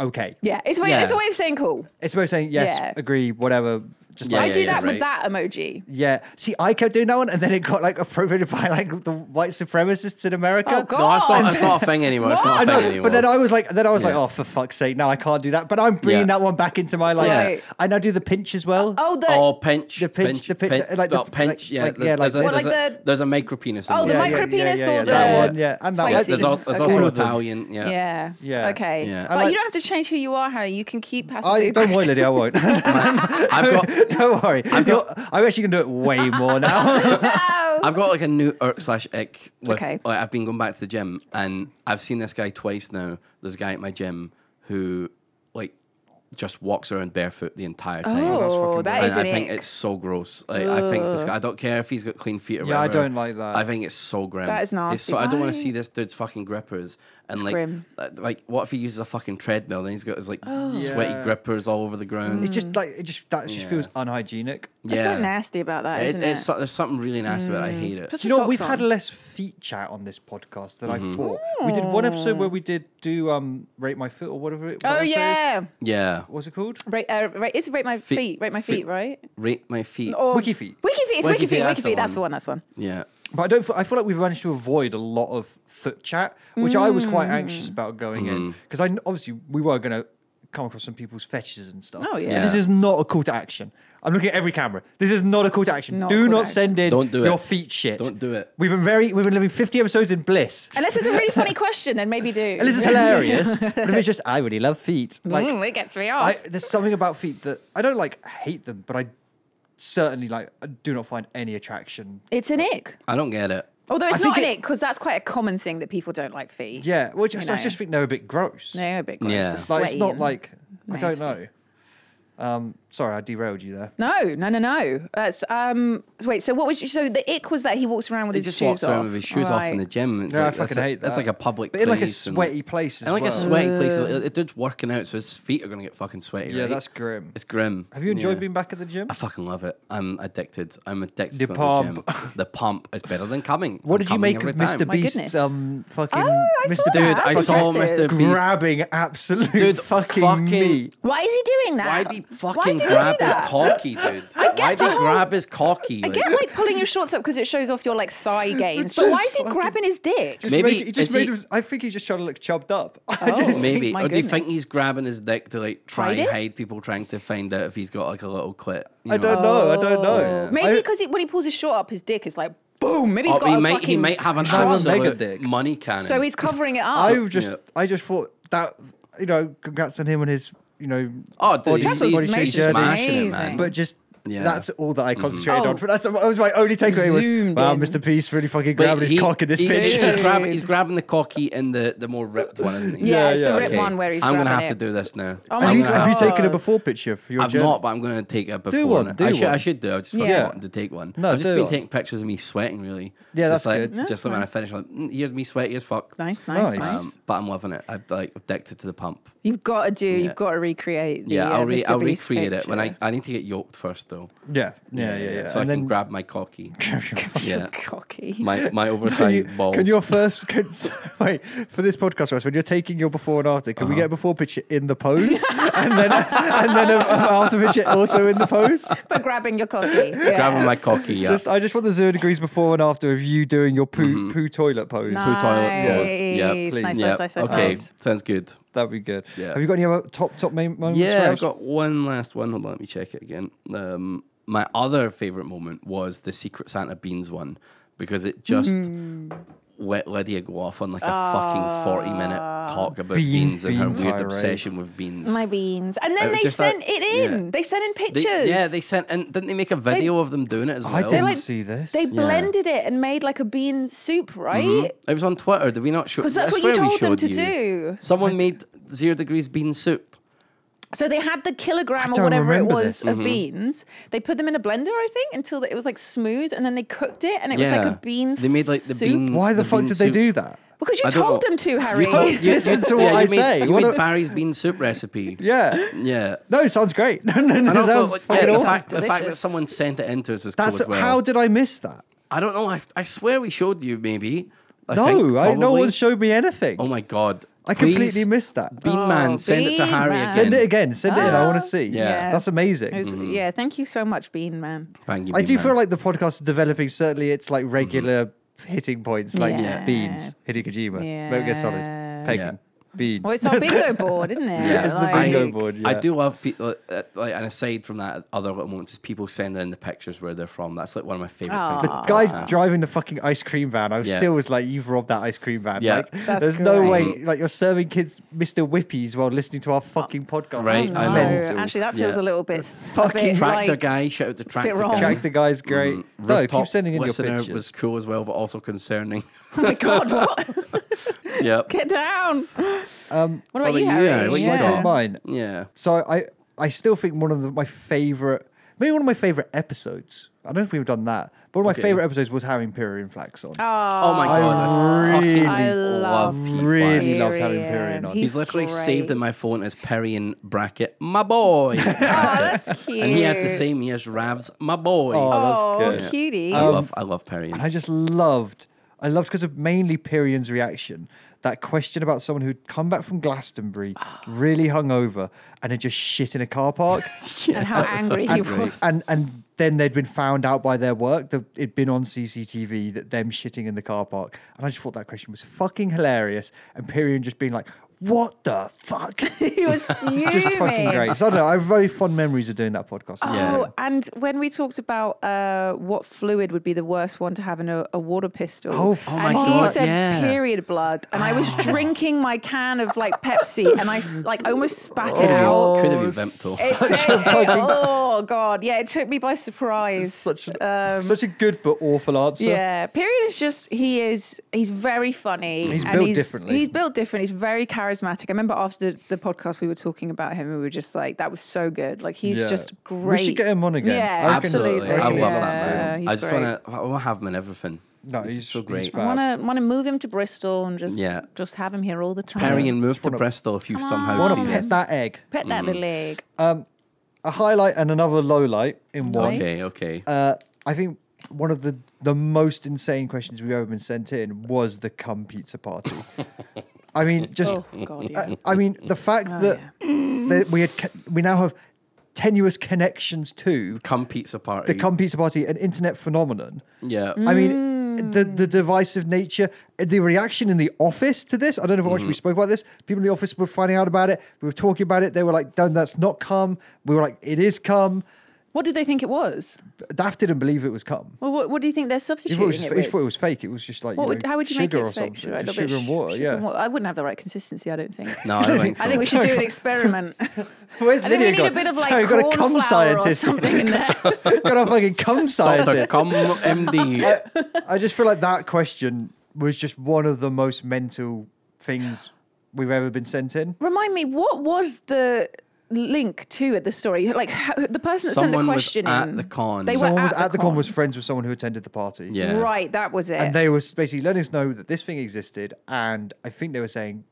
okay. yeah. It's a way. Yeah. It's a way of saying cool. It's about saying yes, Yeah. agree, whatever. Just Yeah, I like do yeah, that with right. that emoji. yeah. See, I kept doing that one, and then it got like appropriated by like the white supremacists in America. Oh God. No, that's not, that's not a thing anymore. It's not I a thing know, anymore. but then I was like, then I was like, Yeah. oh, for fuck's sake, no, I can't do that. But I'm bringing Yeah. that one back into my life. Right. I now do the pinch as well. Oh, the oh, pinch, the pinch- pinch, the pinch, pin- like the- oh, pinch. like- Yeah, like- there- yeah, like there's a- the- What, there's like a- the- there's a micro penis. Oh, the Yeah, yeah, micro penis yeah, yeah, or yeah, the that one, yeah, and that one. spicy. There's, al- there's All also of them. Italian. Yeah. Yeah. Yeah. Okay. Yeah. I But like- you don't have to change who you are, Harry. You can keep passively I, don't worry, aggressive. Lydia, I won't. I've got don't worry. You're- I'm actually going to do it way more now. No. I've got like a new irk slash ick. With, Okay. like, I've been going back to the gym and I've seen this guy twice now. There's a guy at my gym who like just walks around barefoot the entire time. Oh, fucking that and is I an think ick. it's so gross. Like, I think it's disgusting. I don't care if he's got clean feet or Yeah, I whatever. don't like that. I think it's so grim. That is It's nasty. so- I don't want Why? to see this dude's fucking grippers and like, grim. uh, like what if he uses a fucking treadmill and he's got his like sweaty Yeah. grippers all over the ground. it's just like, it just, that just feels unhygienic. It's so nasty about that, It- isn't it? Mm. it's so- there's something really nasty about it. I hate it. Put Do you know some what? We've socks had on. less feet chat on this podcast than Mm-hmm. I thought. We did one episode where we did do um, Rate My Foot or whatever it Oh whatever it is. yeah, yeah. What's it called? rate, uh, rate, it's rate my feet, Feet- rate my feet, feet. right? Rate my feet. Or Wiki Feet. Wiki feet, it's Wiki wiki Feet, feet, that's wiki the feet. That's the one. one. That's the one. Yeah. But I don't. f- I feel like we've managed to avoid a lot of foot chat, which I was quite Mm. anxious about going in Mm-hmm. because I kn- obviously we were going to come across some people's fetishes and stuff. Oh, yeah. And this Yeah. is not a call to action. I'm looking at every camera. This is not a call to action. Not a do call to not action. send in Don't do your it. feet shit. Don't do it. We've been very. We've been living 50 episodes in bliss. Unless it's a really funny question, then maybe do. And this is hilarious. but if it's just I really love feet, like Mm, it gets me off. I, there's something about feet that I don't like hate them, but I certainly like I do not find any attraction. it's an ick. I don't get it. Although it's I not think an it- ick because that's quite a common thing that people don't like feet. Yeah, which I, You I know. just think they're a bit gross. they're a bit gross. Yeah. It's Like, it's sweaty not and- like I don't nasty. know. Um, sorry, I derailed you there. No, no, no, no. That's um. so Wait. So what was you, so the ick was that he walks around with He his just shoes walks off. around with his shoes off in the Right. gym. It's No, I like- that's fucking a- hate that. That's like a public But in like a place and- sweaty place as and like well. a sweaty place. It, it dude's working out, so his feet are gonna get fucking sweaty. Yeah, right? that's grim. It's grim. Have you enjoyed Yeah. being back at the gym? I fucking love it. I'm addicted. I'm addicted The to going to the gym. The pump is better than coming. What I'm did you coming make every of time. Mr. My Beast's goodness. um fucking Oh, I Mr. saw Beast Dude, that. I That's saw aggressive. Mr. Beast grabbing absolute Dude, fucking, fucking- meat? Why is he doing that? Why did he Why fucking did he do grab his that? cocky, dude? get Why the did he whole- grab his cocky? I get like pulling your shorts up because it shows off your like thigh gains, but is why is he fucking- grabbing his dick? Just Maybe- made, he just is made he- him, I think he's just trying to look chubbed up. Oh. I just Maybe. My or do you think goodness. he's grabbing his dick to like try Hide and it? hide people trying to find out if he's got like a little clit? you I don't know. I don't Oh. know. Maybe I- because when he pulls his short up, his dick is like boom. Maybe he's Oh, got he a might fucking. he might have an Have a mega absolute dick. money cannon. so he's covering it up. I just Yeah. I just thought that you know, congrats on him and his you know oh, dude, body, That's he's, body he's, shape amazing. journey. smashing it, Amazing. man. But just Yeah. Mm-hmm. that's all that I concentrated Mhm. on. But that's that was my only takeaway was Zoomed wow, in. Mr. Peace really fucking But grabbing his cock in this he- picture. He's, Dude. grabbing, he's grabbing the cocky and the, the more ripped one, isn't he? yeah, Yeah, it's yeah, the rip okay. one where he's. I'm gonna grabbing have to it. do this now. Oh my Have I'm you, gonna have you taken a God. before picture for your I've journey? not, but I'm going to take it before. one, now. do I should, I one. should do. I just fucking Yeah. wanted to take one. No, I've just do been one. taking pictures of me sweating, really. Yeah, just that's like, good. Just like when I finish, like mm, here's me sweaty as fuck. Nice, nice, Nice. nice. Um, but I'm loving it. I'm like addicted to the pump. You've got to do. You've got to recreate. The, Yeah, uh, I'll, re- Mr. I'll Beast recreate it when picture. I, I need to get yoked first though. still. Yeah, yeah, yeah. yeah. So and I then can grab my cocky. yeah. Cocky. My my Can, you, oversized balls. can your first can, so- wait for this podcast, Russ? When you're taking your before and after, can Uh-huh. we get a before picture in the pose, and then and then a, an after picture also in the pose? but grabbing your cocky. Yeah. grabbing my cocky? Yeah. Just, I just want the zero degrees before and after of you doing your poo poo toilet pose. nice. Mm-hmm. toilet pause. Yeah, Nice, please. nice, yeah. nice, nice, nice, okay, nice. sounds good. That'd be good. Yeah. Have you got any other top top main moments? Yeah, I've Raj? got one last one. Hold on, let me check it again. Um, my other favorite moment was the Secret Santa Beans one because it just Hmm. let Lydia go off on like a fucking 40 minute talk about Ah. Bean- beans and her bean weird tirade. obsession with beans. My beans. And then It was they just that- sent it in. yeah. They sent in They- pictures. yeah, they sent and didn't they make a video of them doing it as well? I didn't like- see this. They blended it and made like a bean Mm-hmm. soup, right? It was on Twitter. Did we not show? 'Cause that's I what you swear we told them showed to you. do. Someone made zero degrees bean soup. So they had the kilogram don't or whatever it remember was this. of Mm-hmm. beans. They put them in a blender, I think, until it was like smooth, and then they cooked it, and it was like a bean. They made like the soup. bean. Why the, fuck bean did they soup. do that? Because you I don't told know. them to, Harry. told- you- Listen to what I you made, say. You What made a- Barry's bean soup recipe. Yeah. Yeah. No, it sounds great. no, no, no, And it also, sounds like, fucking yeah, the, awesome. fact, the fact that delicious. someone sent it into us was That's cool as well. how did I miss that? I don't know. I, I swear we showed you, maybe. I think, no, I, no probably. one showed me anything. Oh my god! I completely Please, missed that. Bean Oh, man, send it to Bean Harry Man. again. Send it again. Send it in. I want Ah. to see. Yeah. Mm-hmm. that's amazing. It was- yeah, thank you so much, Bean Man. Thank you, I Bean do Man. feel like the podcast is developing. Certainly, it's Mm-hmm. like regular hitting points, like Yeah. beans, hitting Kojima, Metal Gear Yeah. Solid, Pagan, beans. Well, it's our bingo board, isn't it? Yeah. It's the bingo board. I yeah. do love people. Uh, like, and aside from that, other little moments is people sending in the pictures where they're from. That's like one of my favorite things. The about guy podcasts. driving the fucking ice cream van, I Yeah. still was like, "You've robbed that ice cream van." Yeah. Like, That's there's no great. way. Like, you're serving kids Mr. Whippies while listening to our fucking podcast. Right, No, I Mental. actually, that feels Yeah. a little bit Fucking a bit tractor like, guy. Shout out to tractor wrong. guy. Jack the guy's great. No, keep Mm-hmm. Rooftop sending in your listener pictures. was cool as well, but also concerning. Oh my god, what? yep. Get down. Um, What about about you, you, Harry? Oh, Harry? What you I Oh, Yeah. did mine. Yeah. So I, I still think one of the, my favorite, maybe one of my favorite episodes. I don't know if we've done that, but one of my Okay. favorite episodes was having Pyrrha and Flaxon. Oh my god! I really- fucking I love, love Pete really Flack. love having Pyrian on. He's He's literally great. saved in my phone as Perrian bracket, my boy. Oh, that's cute. and he has the same. He has Ravs, my boy. Oh, that's Oh, good. cutie. I love, I love Perrian. And I just loved, I loved because of mainly Pyrian's reaction. That question about someone who'd come back from Glastonbury, Ah. really hungover, and had just shit in a car park, and how angry he fucking great. was. and and then they'd been found out by their work that it'd been on CCTV that them shitting in the car park, and I just thought that question was fucking hilarious, and Pyrian just being like, "What the fuck?" he was fuming. just fucking great. So I don't know. I have very fond memories of doing that podcast. Yeah. Oh, and when we talked about uh, what fluid would be the worst one to have in a, a water pistol, Oh, oh and my he God, said yeah. period blood, and I was drinking my can of like Pepsi, and I s- like almost spat it out. Could have been Vimto. It took- it- oh God, yeah, it took me by surprise. Such a, such a good but awful answer. um, Yeah, period is just he is he's very funny. He's and built he's, differently. He's built different. He's very charismatic. I remember after the, the podcast we were talking about him, and we were just like, "That was so good." Like he's Yeah. just We should great. get him on again. Yeah, I reckon- Absolutely, I I love reckon yeah, he's that man. he's I just great. want to. I want to have him in everything. No, he's so great. he's I fab. want to want to move him to Bristol and just Yeah. just have him here all the time. Perry and move to Bristol if you somehow want see to this. pet that egg. pet that Mm. little egg. A highlight and another low light in one. Okay, okay. Uh, I think one of the the most insane questions we've ever been sent in was the cum pizza party. I mean, just oh God, yeah. Oh, Mm. I, I mean the fact that, that we had co- we now have tenuous connections to Come pizza party. the cum pizza party, an internet phenomenon. yeah. I mean, the Mm. the divisive nature, the reaction in the office to this. I don't know how much we spoke about this. People in the office were finding out about it. We were talking about it. They were like, "No, that's not cum." We were like, "It is cum." What did they think it was? Daft didn't believe it was cum. Well, what, what do you think they're He substituting thought it was, it, he with? thought it was fake. It was just like what you would, know, how would you make sugar it or fake? something. Right, a Just little bit sugar and sh- water. sugar yeah. and water. I wouldn't have the right consistency. I don't think. No, I don't think so. I think we should do an experiment. Where's I think we Lydia need a gone? bit of so like we've got a cum corn flour or scientist. something in there. got a fucking cum Doctor scientist. Cum MD. I just feel like that question was just one of the most mental things we've ever been sent in. Remind me, what was the link to it? The story, like how, the person that sent Someone the was question at in. the con. They were Someone at, was the, at the con. con was friends with someone who attended the party. Yeah. Right, that was it. And they were basically letting us know that this thing existed, and I think they were saying,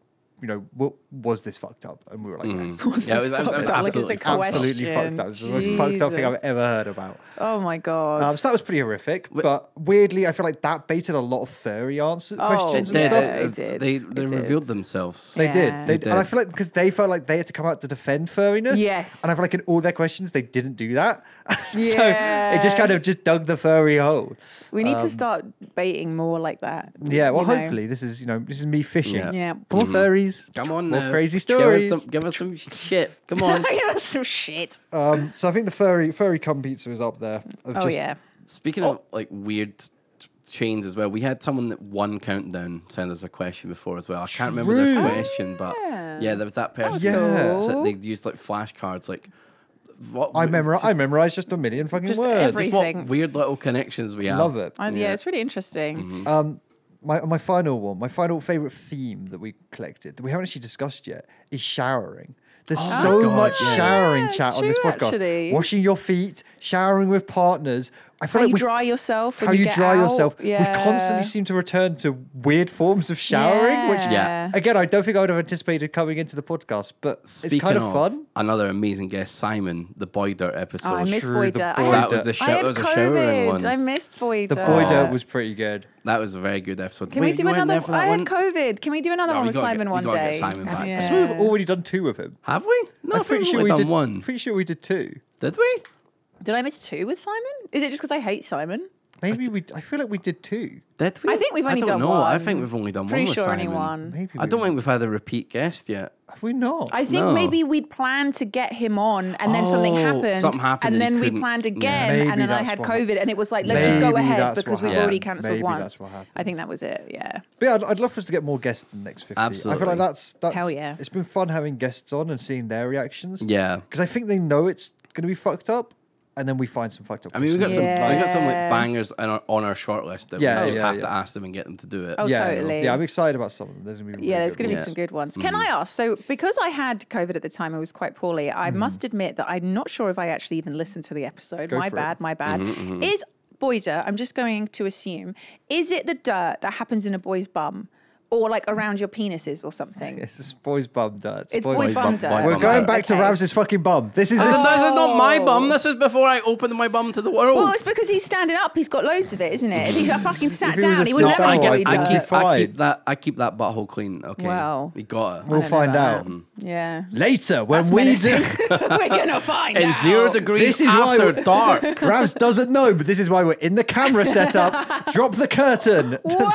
you know, what was this fucked up? And we were like, yes. What's Yeah, this it was- it was fucked up? Like it's a absolutely question. fucked up. absolutely fucked up. It's the most fucked up thing I've Jesus. ever heard about. Oh my god. Um, so that was pretty horrific. But weirdly, I feel like that baited a lot of furry answers, Oh, questions It and did. stuff. Yeah, it did. They, It they did. revealed themselves. They Yeah. did. They They And I did. feel like because they felt like they had to come out to defend furriness. Yes. And I feel like in all their questions they didn't do that. so it Yeah. just kind of just dug the furry hole. we need to start baiting more like that. um, Yeah. Well, you know. hopefully this is you know this is me fishing. Yeah. Mm-hmm. Yeah. Come on, furries. Come on More now. crazy Give us stories. some, give us some shit. Come on. Give us some shit. Um, so I think the furry furry cum pizza is up there. Of Oh just- yeah. Speaking of like weird t- chains as well, we had someone that won countdown send us a question before as well. I can't remember True. the question, but yeah, there was that person. was that said cool. they used like flashcards, like what I memorize. I memorized just a million fucking Just words. every- just what Everything. weird little connections we have. Love it. And yeah. it's really interesting. Mm-hmm. my my final one, my final favorite theme that we collected that we haven't actually discussed yet is showering. There's so Oh God, much yeah. showering Yeah, it's chat on this true, podcast. actually. Washing your feet, showering with partners. I feel How like you we, dry yourself. When how you, you get dry out. yourself. Yeah. We constantly seem to return to weird forms of showering, which Yeah. again I don't think I would have anticipated coming into the podcast, but Speaking it's kind of, of fun. another amazing guest, Simon, the Boy Dirt episode. Oh, I miss True, Boy the Dirt. Boy I that had, Dirt. was the show. I That had was a showering COVID. one. I missed Boy The Dirt. boy dirt was pretty good. that was a very good episode. Can we Wait, do you weren't there another? for that I had one? COVID. Can we do another No, one we with gotta get- Simon we one gotta get day? Simon back. I Yeah. swear we've already done two of him. Have we? No, I, I'm think pretty we've sure only we done did one. Pretty sure we did two. Did we? Did I miss two with Simon? Is it just because I hate Simon? Maybe we. I feel like we did two. Did we? I think we've only don't done know. I one. think we've only done Pretty one. with sure only Simon. one. Maybe I we- don't think we've had a repeat guest yet. Have we not? I think No. maybe we'd planned to get him on, and then something Oh, happened, something happened and and then he we couldn't- planned yeah. again, Maybe and then I that's had what COVID, and it was like, let's just go Maybe ahead that's because what we've happened. already Yeah. cancelled Maybe once. that's what happened. I think that was it. Yeah. But yeah, I'd, I'd love for us to get more guests in the next 50. I feel Absolutely. like that's, that's Hell yeah. It's been fun having guests on and seeing their reactions. Yeah. Because I think they know it's going to be fucked up and then we find some fucked up I mean, we got questions. some, we got some like Yeah. bangers on our, on our short list that Yeah, we just yeah, have to yeah. ask them and get them to do it. Oh, yeah, totally. Yeah, I'm excited about some of them. There's going to be Yeah, there's going to be ones. some good ones. Can Mm-hmm. I ask? So, because I had COVID at the time, I was quite poorly. I must admit that I'm not sure if I actually even listened to the episode. Mm-hmm. Go my for it. Mm-hmm, bad, my bad. Is boy dirt? I'm just going to assume is it the dirt that happens in a boy's bum, or like around your penises or something? It's this boy's bum dirt. It's boy, boy bum bum- dirt. boy We're bum going dirt. back to Okay. Rav's fucking bum. This is this. This is not my bum. This is before I opened my bum to the world. Well, it's because he's standing up. He's got loads of it, isn't it? If he's fucking If sat he was down, a Oh, he would sit never down, have I- boy I dirt. keep keep, I fine. keep that. I keep that butthole clean. Okay. Wow. You got it. We'll don't know find about out Yeah. later when That's we menacing. do. We're gonna find In out. zero degrees This is why after we're- dark. Ravs doesn't know, but this is why we're in the camera setup. Drop the curtain. Whoa!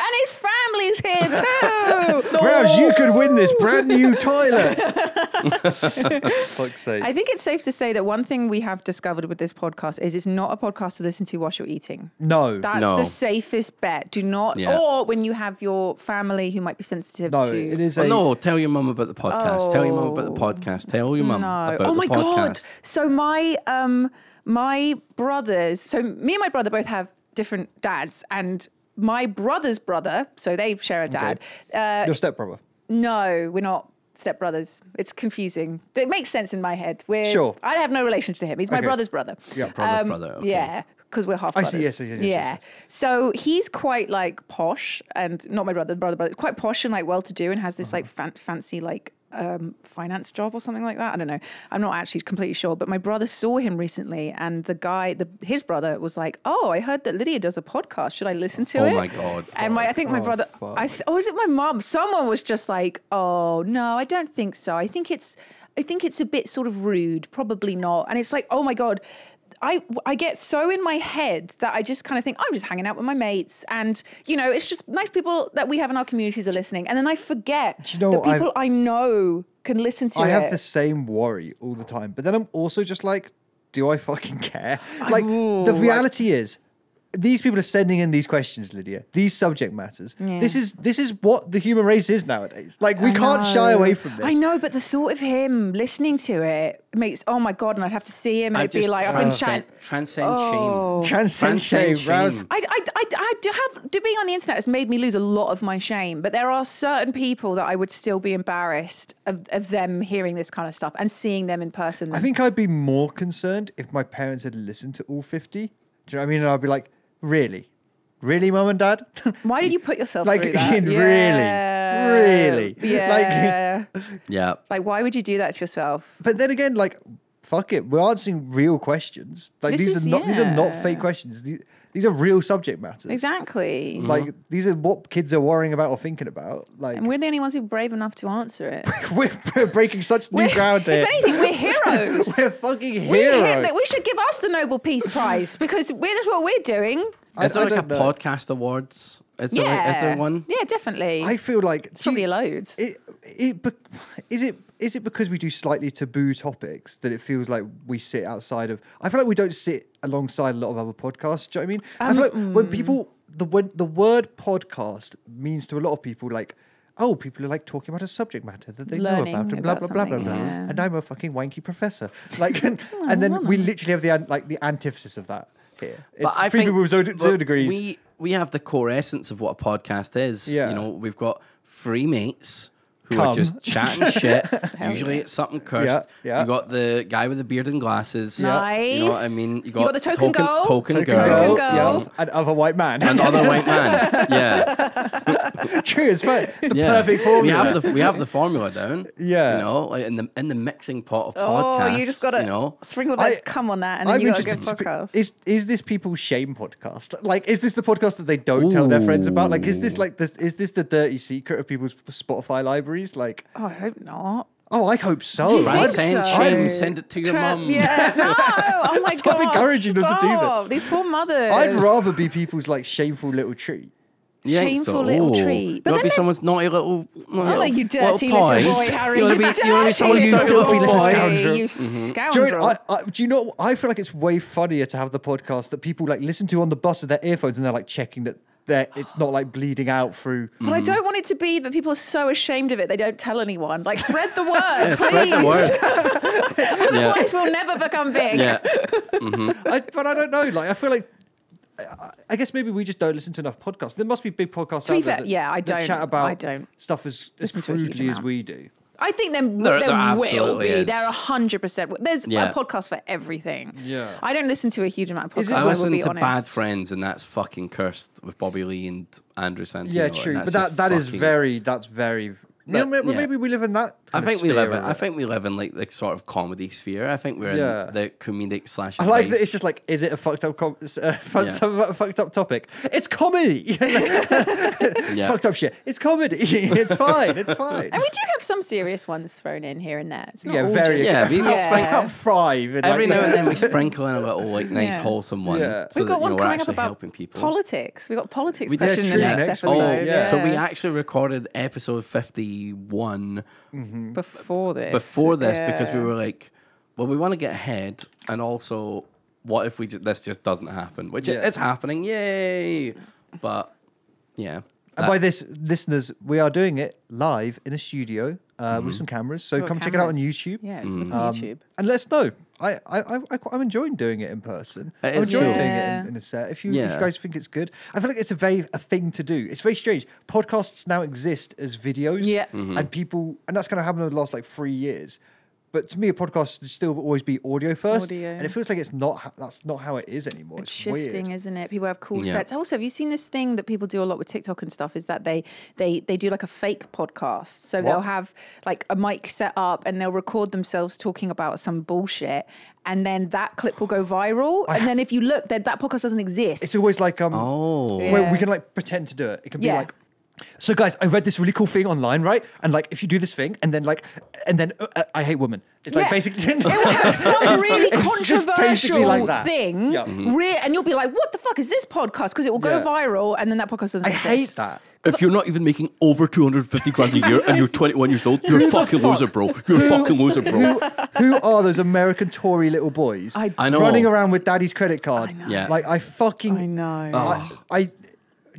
And his family's here too. Ravs, you could win this brand new toilet. Fuck's sake. I think it's safe to say that one thing we have discovered with this podcast is it's not a podcast to listen to whilst you're eating. no. That's No. the safest bet. Do not, Yeah. or when you have your family who might be sensitive no, to. it is a. Well, no, tell your mum about the podcast. Tell your mum about the podcast. Tell your mum Oh. No. about oh my the podcast. god. So my um my brothers, so me and my brother both have different dads and my brother's brother, so they share a dad. Uh, Your stepbrother. no, we're not stepbrothers. It's confusing. It makes sense in my head. We're, Sure. I have no relation to him. He's my Okay. brother brother's brother. Yeah, brother's brother, okay. Um, Yeah, because we're half I brothers. see, yes, yes, yes, yes, yeah. yes. So he's quite like posh and not my brother, brother, brother, quite posh and like well to do and has this like Uh-huh. fan- fancy like um, finance job or something like that. I don't know. I'm not actually completely sure, but my brother saw him recently and the guy, the, his brother was like, Oh, I heard that Lydia does a podcast. Should I listen to Oh it? my God, And my, I think my Oh, brother, fuck. I th- or is it my mum? Someone was just like, "Oh no, I don't think so. I think it's, I think it's a bit sort of rude. Probably not." And it's like, "Oh my god." I, I get so in my head that I just kind of think I'm just hanging out with my mates, and you know it's just nice people that we have in our communities are listening, and then I forget you know that what I've- people i know can listen to I it. have the same worry all the time, but then I'm also just like, do I fucking care? Like, the reality is, these people are sending in these questions, Lydia. These subject matters. This is this is what the human race is nowadays. Like, we I can't shy know. away from this. I know, but the thought of him listening to it makes oh my god, and I'd have to see him, and I it'd be just like I've been transcend- chatting. Transcend Oh. shame. Transcend shame, Raz. I, I, I, I do have do, being on the internet has made me lose a lot of my shame, but there are certain people that I would still be embarrassed of, of them hearing this kind of stuff and seeing them in person. I think I'd be more concerned if my parents had listened to all 50. Do you know what I mean? And I'd be like, really? Really, mum and dad? Why did you put yourself like, through that? really? Yeah. Yeah. Really? Like- Yeah. Like, Yeah. why would you do that to yourself? But then again, like, fuck it, we're answering real questions. Like This these is- are not these are yeah. not fake questions. These, these are real subject matters. Exactly. Like these are what kids are worrying about or thinking about. Like and we're the only ones who are brave enough to answer it. we're, breaking such new We're- ground here. If anything, we're heroes. we're fucking We hit heroes. that- we should give us the Nobel Peace Prize because we're, that's what we're doing. I- Is there I like a don't know. podcast awards? Is there, yeah. like, is there one? Yeah, definitely. I feel like it's do you- probably loads. It, it bec- is it is it because we do slightly taboo topics that it feels like we sit outside of? I feel like we don't sit alongside a lot of other podcasts. Do you know what I mean? I feel like Um, when people the when the word podcast means to a lot of people like. Oh, people are like talking about a subject matter that they Learning know about, and blah about blah blah blah something, blah. yeah. Oh, And I'm a fucking wanky professor, like, and, and then we literally have the an- like the antithesis of that here. It's But I three think people with zero, but zero degrees. We we have the core essence of what a podcast is. Yeah. You know, we've got three mates who are Come. just chatting shit. Usually it's something cursed. Yeah, yeah. You got the guy with the beard and glasses. You know what I Nice. mean? You got the token token, girl. Token, Token girl. Token girl, girl. yeah, and other white man. Another white man. Yeah. True, it's fine. It's the yeah. perfect We formula. have the we have the formula down. Yeah. You know, like in the in the mixing pot of oh, podcasts. you just got to you know. sprinkle a I- bit of cum on that and then you got a good to sp- podcast. Is is this people's shame podcast? Like, is this the podcast that they don't tell their friends about? Like, is this like this? Is this the dirty secret of people's Spotify libraries? Like, oh, I hope not. oh, I hope so. Do you I'd- think Brad, send so? shame, send it to your Tra- mum. Yeah, no. Oh my Stop god. encouraging them to do this. stop. These poor mothers. I'd rather be people's like shameful little treat. You ain't Shameful little Ooh. treat. But You want then to be that- someone's naughty little. Oh, you dirty little, toy. boy, Harry. You want to dirty be, you wanna be someone's you little dirty little filthy little boy. scoundrel. You Do you, know, scoundrel. what? Mm-hmm. I, I, do you know? I feel like it's way funnier to have the podcast that people like listen to on the bus with their earphones and they're like checking that that it's not like bleeding out through. But I Mm-hmm. don't want it to be that people are so ashamed of it they don't tell anyone. Like spread the word, Yeah, please. spread the word. yeah. Otherwise, we'll never become big. Yeah. I, but I don't know. Like, I feel like. I- I guess maybe we just don't listen to enough podcasts. There must be big podcasts To be out there fair- that, yeah, I that don't- chat about I don't stuff as, as listen to a huge crudely as amount. we do. I think there, There- there, there will absolutely be. is. There are hundred percent. There's Yeah. a podcast for everything. Yeah. I don't listen to a huge amount of podcasts. Is it- I, I will will listened be to honest. Bad Friends, and that's fucking cursed with Bobby Lee and Andrew Santino. Yeah, and true. that's But just that that is fucking- very that's very. No, That- maybe, yeah. maybe we live in that. I kind of think we live. In, sphere of I it. think we live in like the sort of comedy sphere. I think we're Yeah. in the comedic slash. I like that. advice. It's just like, is it a fucked up, com- s- uh, fu- Yeah. some- uh, fucked up topic? It's comedy. Yeah. Fucked up shit. It's comedy. It's fine. It's fine. And we do have some serious ones thrown in here and there. It's not yeah, all very. just- Yeah, we- we we'll spring Yeah. up five. and, Every like, now and then we sprinkle in a little like nice Yeah. wholesome one, Yeah. so We've that got you one know, we're coming up actually about helping people. politics. We got politics We did, Oh, question in the yeah. next, Next episode. week, Oh, yeah. So we actually recorded episode 51 before this. before this because we yeah. were like, well, we want to get ahead. And also, what if we ju- this just doesn't happen? Which it Yeah. is happening. Yay. But yeah. And by this, listeners, we are doing it live in a studio uh, Mm-hmm. with some cameras. So Got come check it out on cameras. YouTube. Yeah, Mm. look Um, on YouTube. And let us know. I, I, I, I, I'm enjoying doing it in person. It I'm is enjoying cool. doing it Yeah. in, in a set. If you, if you Yeah. guys think it's good, I feel like it's a very a thing to do. It's very strange. Podcasts now exist as videos. Yeah. Mm-hmm. And people, and that's kind of happened over the last like three years. But to me, a podcast should still always be audio first. Audio. And it feels like it's not, ho- that's not how it is anymore. It's, shifting, weird. isn't it? People have cool Yeah. sets. Also, have you seen this thing that people do a lot with TikTok and stuff? Is that they they they do like a fake podcast. So they'll What? have like a mic set up and they'll record themselves talking about some bullshit, and then that clip will go viral. and then if you look, then that podcast doesn't exist. It's always like, um, Oh. where Yeah. we can like pretend to do it. It can be Yeah. like, so guys, I read this really cool thing online, right? And like, if you do this thing, and then like, and then uh, uh, I hate women. It's like Yeah. basically it will have some really It's just basically controversial like that. thing, Yeah. Mhm. re- and you'll be like, "What the fuck is this podcast?" Because it will go Yeah. viral, and then that podcast doesn't I exist. hate that. If you're not even making over 250 grand a year and you're 21 years old, you're a the fucking fuck? loser, bro. You're a fucking loser, bro. Who, who are those American Tory little boys I- I know. running around with daddy's credit card? Yeah. Like I fucking I know. I, I-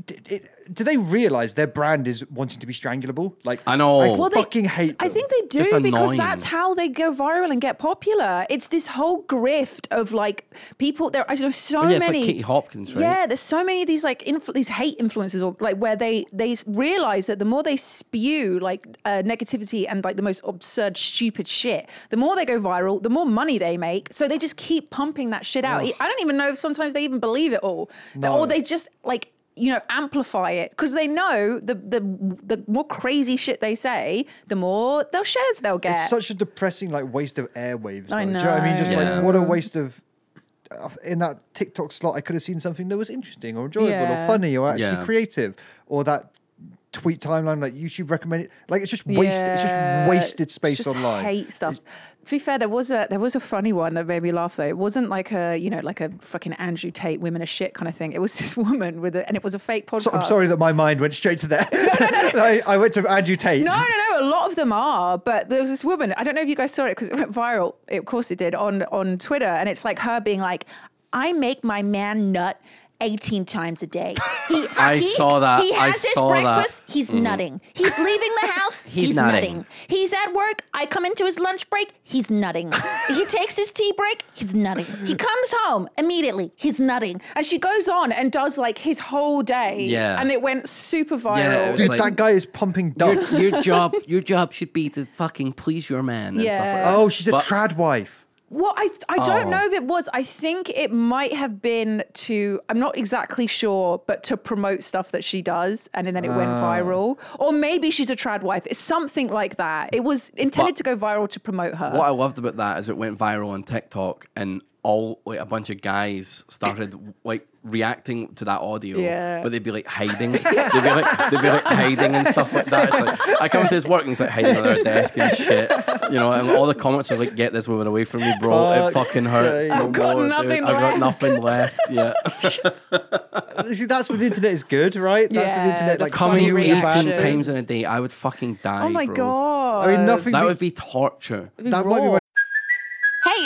d- it- do they realize their brand is wanting to be strangulable? Like I know. I Well, they- fucking hate. I them. think they do Just because annoying. that's how they go viral and get popular. It's this whole grift of like people. There, I know so yeah, it's like many. Katie Hopkins, right? Yeah, there's so many of these like influ- these hate influences, or like where they they realize that the more they spew like uh, negativity and like the most absurd, stupid shit, the more they go viral, the more money they make. So they just keep pumping that shit out. I don't even know if sometimes they even believe it all, No. or they just like. you know, amplify it because they know the, the the more crazy shit they say, the more they'll shares they'll get. It's such a depressing like waste of airwaves. I though. Do you know what I mean? Just know. like what a waste of. of- In that TikTok slot, I could have seen something that was interesting or enjoyable Yeah. or funny or actually Yeah. creative, or that tweet timeline like YouTube recommended. Like it's just waste. It's just wasted It's space just online. Hate stuff. To be fair, there was a there was a funny one that made me laugh though. It wasn't like a you know like a fucking Andrew Tate women are shit kind of thing. It was this woman with a, and it was a fake podcast. So, I'm sorry that my mind went straight to there. I, I went to Andrew Tate. No, no, no. A lot of them are, but there was this woman. I don't know if you guys saw it because it went viral. It- of course, it did on on Twitter, and it's like her being like, "I make my man nut." 18 times a day. He, I he- saw that. He I has his saw that. Mm. breakfast. He's nutting. He's leaving the house. He's he's nutting. nutting. He's at work. I come into his lunch break. He's nutting. he takes his tea break. He's nutting. He comes home immediately. He's nutting. And she goes on and does like his whole day. Yeah. And it went super viral. Yeah, it was Dude, like- that guy is pumping ducks. your, your job, your job should be to fucking please your man. And stuff like Yeah. that. oh, she's a But- trad wife. Well, I I don't Oh. know if it was. I think it might have been to I'm not exactly sure, but to promote stuff that she does, and then it went Ah. viral. Or maybe she's a trad wife. It's something like that. It was intended But- to go viral to promote her. What I loved about that is it went viral on TikTok and all like a bunch of guys started like reacting to that audio. Yeah. But they'd be like hiding. they'd be like they'd be like hiding and stuff like that. It's like I come to his work and he's like hiding on our desk and shit. You know, and all the comments are like, get this woman away from me, bro. it Fuck's fucking hurts. sake. No I've got more, dude. nothing I've got left." nothing left. Yeah. You See, that's what the internet is good, right? That's what the Yeah, internet the like funny funny Coming was reaction. bad 18 reactions. thing. times in a day, I would fucking die. oh my bro. god! I mean, nothing That would be torture. that might be raw. my Hey,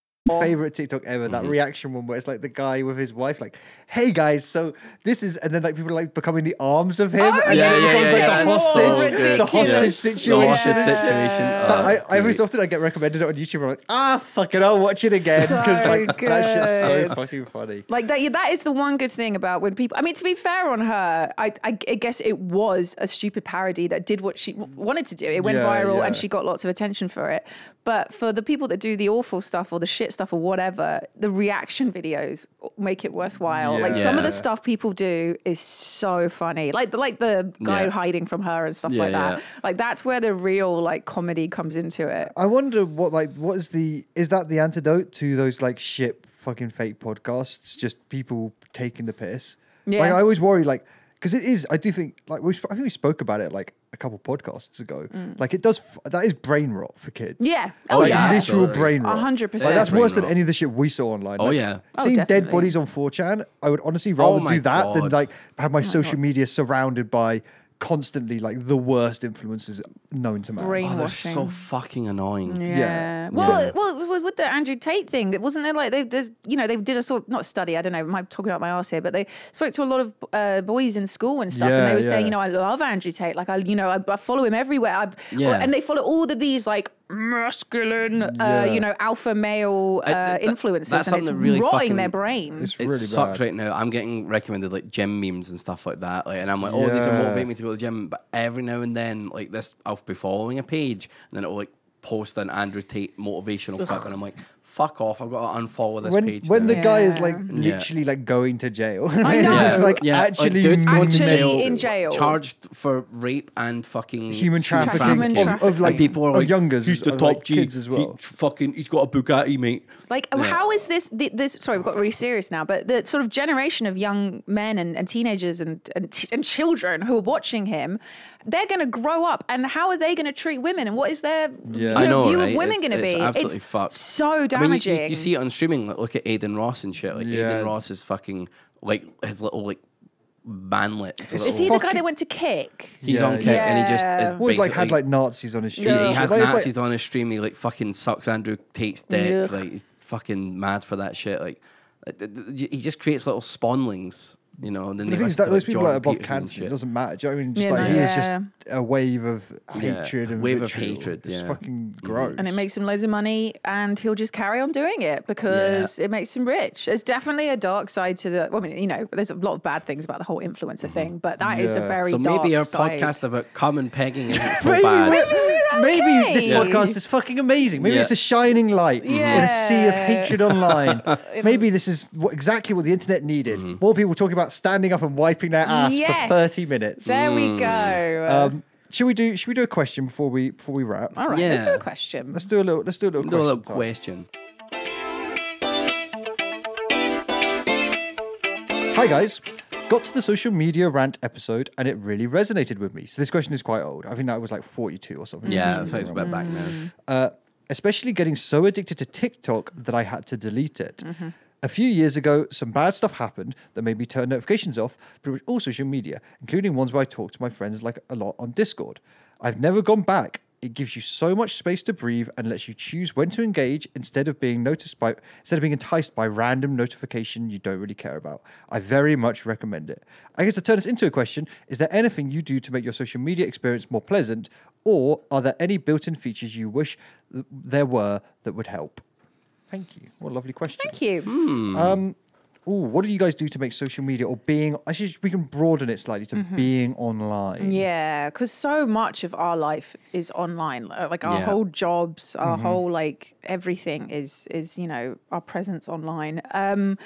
favorite TikTok ever. That Mm-hmm. reaction one where it's like the guy with his wife, like, "Hey guys, so this is," and then like people are, like becoming the arms of him, and Oh, Yeah, then yeah, it becomes yeah, like yeah. the That's so hostage, good. the Yeah. hostage situation. The hostage situation. Oh, That- I, that's I- every great. so often I get recommended it on YouTube. I'm like, ah, fuck it, I'll watch it again because So like that shit's so good. fucking funny. Like that, yeah, that is the one good thing about when people. I mean, to be fair on her, I, I, I guess it was a stupid parody that did what she w- wanted to do. It went Yeah, viral yeah. and she got lots of attention for it. But for the people that do the awful stuff or the shit stuff or whatever, the reaction videos make it worthwhile. Like some of Yeah. the stuff people do is so funny. Like the like the guy Yeah. hiding from her and stuff Yeah, like that. yeah. Like that's where the real like comedy comes into it. I wonder what like what is the is that the antidote to those like shit fucking fake podcasts? Just people taking the piss. Like Yeah. I always worry like because it is. I do think like we sp- I think we spoke about it like a couple podcasts ago. Like it does f- that is brain rot for kids. Mm. Yeah. Oh, like, yeah. literal Absolutely. brain rot. A hundred Like, percent. that's Brain worse than rot. any of the shit we saw online. Oh, Like, yeah. Oh Oh, Seeing dead definitely. bodies on 4chan, I would honestly rather my do that than God. like have my social media surrounded by constantly like the worst influences known to man. Oh, they're Brainwashing. so fucking annoying. Yeah. Yeah. Well, well, with- with the Andrew Tate thing, wasn't there like they, there's, you know, they did a sort of not study. I don't know. I'm talking about my ass here, but they spoke to a lot of uh, boys in school and stuff, and Yeah, they were saying, yeah. you know, I love Andrew Tate. Like I, you know, I, I follow him everywhere. I, Yeah. and they follow all of these like masculine, Yeah. uh, you know, alpha male I- uh, that- influences, that's and it's something really rotting fucking- their brain. It's It really sucks bad. right now. I'm getting recommended like gym memes and stuff like that. Like, and I'm like, oh, these will Yeah. motivate me to go to the gym. But every now and then, like this, I'll be following a page, and then it'll like post an Andrew Tate motivational clip, and I'm like, fuck off! I've got to unfollow this When page. when the now. guy is like Yeah. literally like going to jail, know. it's like Yeah, like, actually dude's going to Actually jail, in jail. charged for rape and fucking human trafficking, Human of- Of, trafficking. like and people are of like, youngers, He's the of, top like, G. kids as well. He fucking, he's got a Bugatti, mate. Like, oh, how is this? thi- This sorry, we've got really serious now, but the sort of generation of young men and, and teenagers and and, t- and children who are watching him, they're going to grow up, and how are they going to treat women? And what is their you know, I know, view right? of women It's- going to it's be? absolutely it's fucked. so I mean, you- damaging. you, you see it on streaming. Like, look at Aiden Ross and shit. Like Yeah. Aiden Ross is fucking like his little like manlet. his is little- he the guy fucking- that went to kick? He's Yeah, on kick yeah. and he just Yeah. is Well, he, like had basically- like Nazis on his street. he has Like, it's like- Nazis on his stream. He like fucking sucks Andrew Tate's dick. Ugh. Like he's fucking mad for that shit. Like uh, th- th- he just creates little spawnlings, you know. And then The they thing listen is that to, those like, people Jordan are above Peterson and cancer. It shit. doesn't matter. Do you know what I mean? Just Yeah, like no. he was Yeah. just a wave of Yeah. hatred and Wave of vitriol. hatred, It's yeah. Mm. fucking gross. and it makes him loads of money and he'll just carry on doing it because it makes him rich there's definitely a dark side to the well, i mean you know there's a lot of bad things about the whole influencer thing but that is a Yeah. very Mm-hmm. So dark maybe our side. podcast about cum and pegging isn't so Maybe bad. we're- Maybe this okay. podcast is fucking amazing. Maybe Yeah. it's a shining light in a sea of Yeah. hatred online. Maybe this is what, exactly what the internet needed. Mm-hmm. More people talking about standing up and wiping their ass Yes. for thirty minutes. there we go Um, should we do? Should we do a question before we before we wrap? all right let's do yeah. a question Let's do a little. Let's do a little. Do a little question time. question. Hi guys. Got to the social media rant episode and it really resonated with me. So this question is quite old. I think that was like 42 or something. Mm-hmm. Yeah, I think it's a bit back now. Mm. Uh, especially getting so addicted to TikTok that I had to delete it. A few years ago, some bad stuff happened that made me turn notifications off, but it was all social media, including ones where I talk to my friends like a lot on Discord. I've never gone back. It gives you so much space to breathe and lets you choose when to engage instead of being noticed by instead of being enticed by random notification you don't really care about. I very much recommend it. I guess to turn this into a question, is there anything you do to make your social media experience more pleasant, or are there any built-in features you wish th- there were that would help? Thank you. What a lovely question. thank you Mm. Ooh, what do you guys do to make social media or being? I should we can broaden it slightly to being online. Mm-hmm. Yeah, because so much of our life is online. Uh, Like our Yeah. whole jobs, our Mm-hmm. whole like everything is is you know our presence online. Um,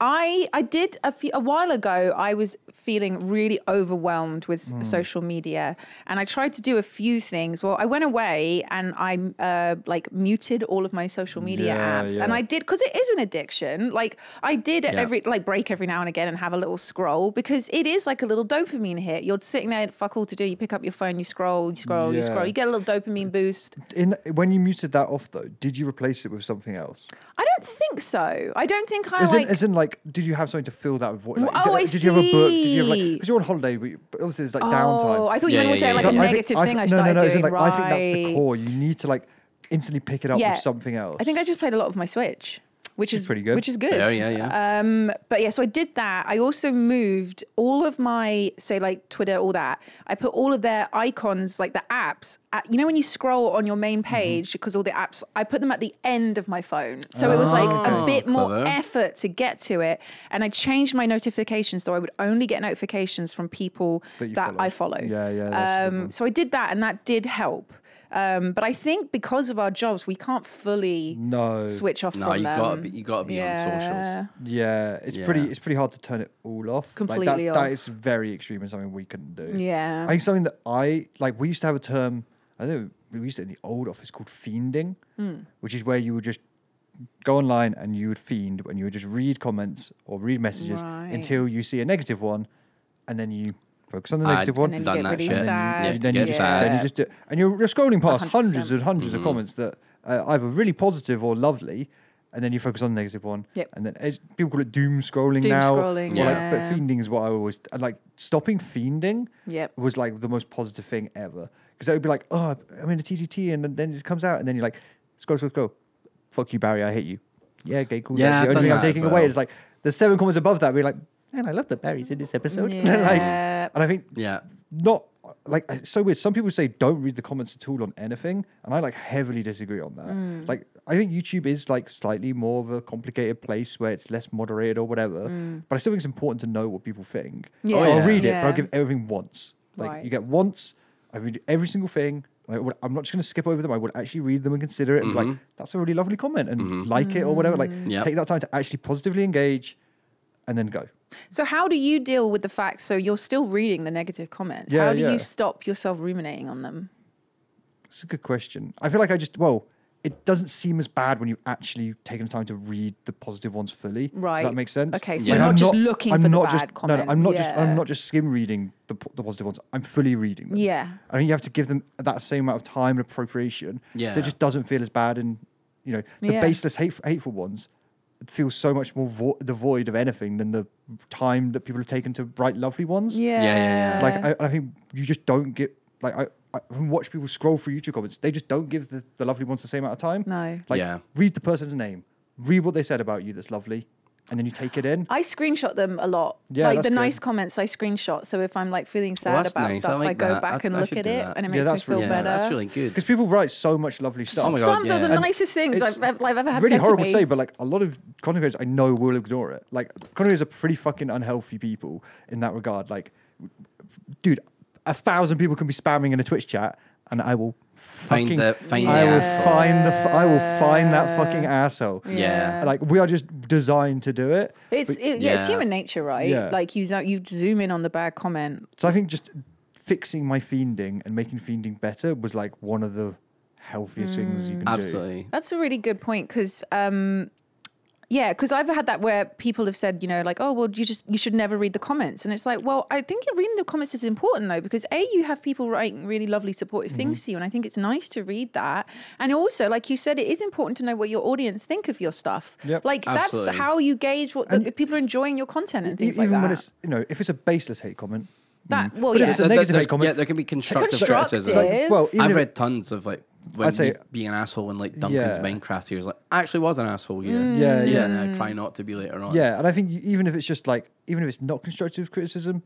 I I did a few, a while ago. I was feeling really overwhelmed with Mm. s- social media, and I tried to do a few things. Well, I went away and I uh, like muted all of my social media Yeah, apps, and yeah. I did because it is an addiction. Like I did at every like break every now and again and have a little scroll because it is like a little dopamine hit. You're sitting there, fuck all to do. You pick up your phone, you scroll, you scroll, you Yeah. scroll. You get a little dopamine boost. In when you muted that off though, did you replace it with something else? I don't think so. I don't think I As, like. in, as in, like, did you have something to fill that void? Like, Oh, did, I did you have a book? Did you have like? see. Because you're on holiday, but, you, but obviously there's like oh, downtime. I thought you Yeah, were going to yeah, say yeah, like So a yeah. think- negative I thing. I no, no, started no, as in, doing. like, right. I think that's the core. You need to like instantly pick it up Yeah. with something else. I think I just played a lot of my Switch, which is pretty good. Which is good. Oh, Yeah, yeah, yeah. Um, but yeah, so I did that. I also moved all of my say like Twitter, all that. I put all of their icons, like the apps. At, you know when you scroll on your main Mm-hmm. page because all the apps, I put them at the end of my phone, so it Oh, was like a bit more clever. effort to get to it. And I changed my notifications so I would only get notifications from people that, you I follow. follow. Yeah, yeah, that's a good Um, so I did that, and that did help. Um, but I think because of our jobs, we can't fully No. switch off. No, from you them. gotta be, you gotta be on Yeah. socials. yeah, it's pretty. Yeah. It's pretty hard to turn it all off. like, Completely that, off. That is very extreme and something we couldn't do. Yeah. I think something that I like. We used to have a term. I know we used it in the old office called fiending, Hmm. which is where you would just go online and you would fiend and you would just read comments or read messages Right. until you see a negative one, and then you focus on the I'd negative one. And then you done get that really shit. sad. Yeah, you- to then, you get just, sad. then you just do, and you're, you're scrolling past 100%. hundreds and 100s Mm-hmm. of comments that uh, either really positive or lovely, and then you focus on the negative one. Yep. And then it's, people call it doom scrolling Doom now. scrolling, or Yeah. like- yeah. but fiending is what I always I like. Stopping fiending Yep. was like the most positive thing ever because it would be like, oh, I'm in a TTT, and then it just comes out, and then you're like, scroll, scroll, scroll. Fuck you, Barry. I hate you. Yeah, okay, cool. Yeah, I've that's the done only thing I'm that as taking away well. is like the seven comments above that. Be like, man, I love that Barry's in this episode. Like, Yeah. and I think Yeah. not like it's so weird. Some people say don't read the comments at all on anything, and I like heavily disagree on that. Mm. Like I think YouTube is like slightly more of a complicated place where it's less moderated or whatever. But I still think it's important to know what people think. Mm. Yeah. So Oh, I'll yeah. read it, but I'll Yeah. give everything once. Like Right. you get once, I read every single thing. I would, I'm not just going to skip over them. I would actually read them and consider it. And be like, that's a really lovely comment, and like it or whatever. Like, Mm. Yep. take that time to actually positively engage, and then go. So how do you deal with the fact? So you're still reading the negative comments. Yeah, how do yeah. you stop yourself ruminating on them? It's a good question. I feel like I just well, it doesn't seem as bad when you've actually taken the time to read the positive ones fully. Right. Does that make sense? Okay, so Like, you're not I'm just looking I'm for the not bad just, No, comment. no, I'm not just. Yeah. I'm not just skim reading the, po- the positive ones. I'm fully reading them. Yeah. I think you have to give them that same amount of time and appropriation. So Yeah. it just doesn't feel as bad, and you know the Yeah. baseless, hateful, hateful ones feel so much more vo- devoid of anything than the time that people have taken to write lovely ones. Yeah. yeah, Like I, I think you just don't get like I, I when you watch people scroll through YouTube comments. They just don't give the, the lovely ones the same amount of time. No. Like Yeah. read the person's name, read what they said about you that's lovely, and then you take it in. I screenshot them a lot. Yeah, like that's the good. nice comments I screenshot. So if I'm like feeling sad that's about nice. I stuff, I, like go that. back I- and I look should at do it that. and it Yeah, makes me that's feel really- Yeah, better. that's really good. Because people write so much lovely stuff. Oh my God, Some yeah. of the And nicest things It's I've, I've, I've ever had really said horrible to me. say, but like a lot of content creators I know will ignore it. Like content creators are pretty fucking unhealthy people in that regard. Like, dude, a thousand people can be spamming in a Twitch chat, and I will Find fucking- the- find the I will asshole. find the f- I will find that fucking asshole. Yeah. like we are just designed to do it. it's it, yeah, it's yeah. human nature, right? Yeah. Like you zo- you zoom in on the bad comment. So I think just fixing my fiending and making fiending better was like one of the healthiest things Mm. you can Absolutely. That's a really good point because, um, yeah, because I've had that where people have said, you know, like, oh, well, you just you should never read the comments, and it's like, well, I think reading the comments is important though because a you have people writing really lovely supportive Mm-hmm. things to you, and I think it's nice to read that, and also like you said, it is important to know what your audience think of your stuff. Yep. Like Absolutely. that's how you gauge what the, if people are enjoying your content and do. E- things Even like that. when it's you know if it's a baseless hate comment, that well, But if yeah, it's a negative there's- comment. Yeah, there can be constructive, Constructive. criticism. Like, well, even I've if- read tons of like when I'd say- be- being an asshole when like Duncan's Yeah. Minecraft here is like I actually was an asshole here. Yeah, yeah. And I try not to be later on. Yeah, and I think you- even if it's just like, even if it's not constructive criticism,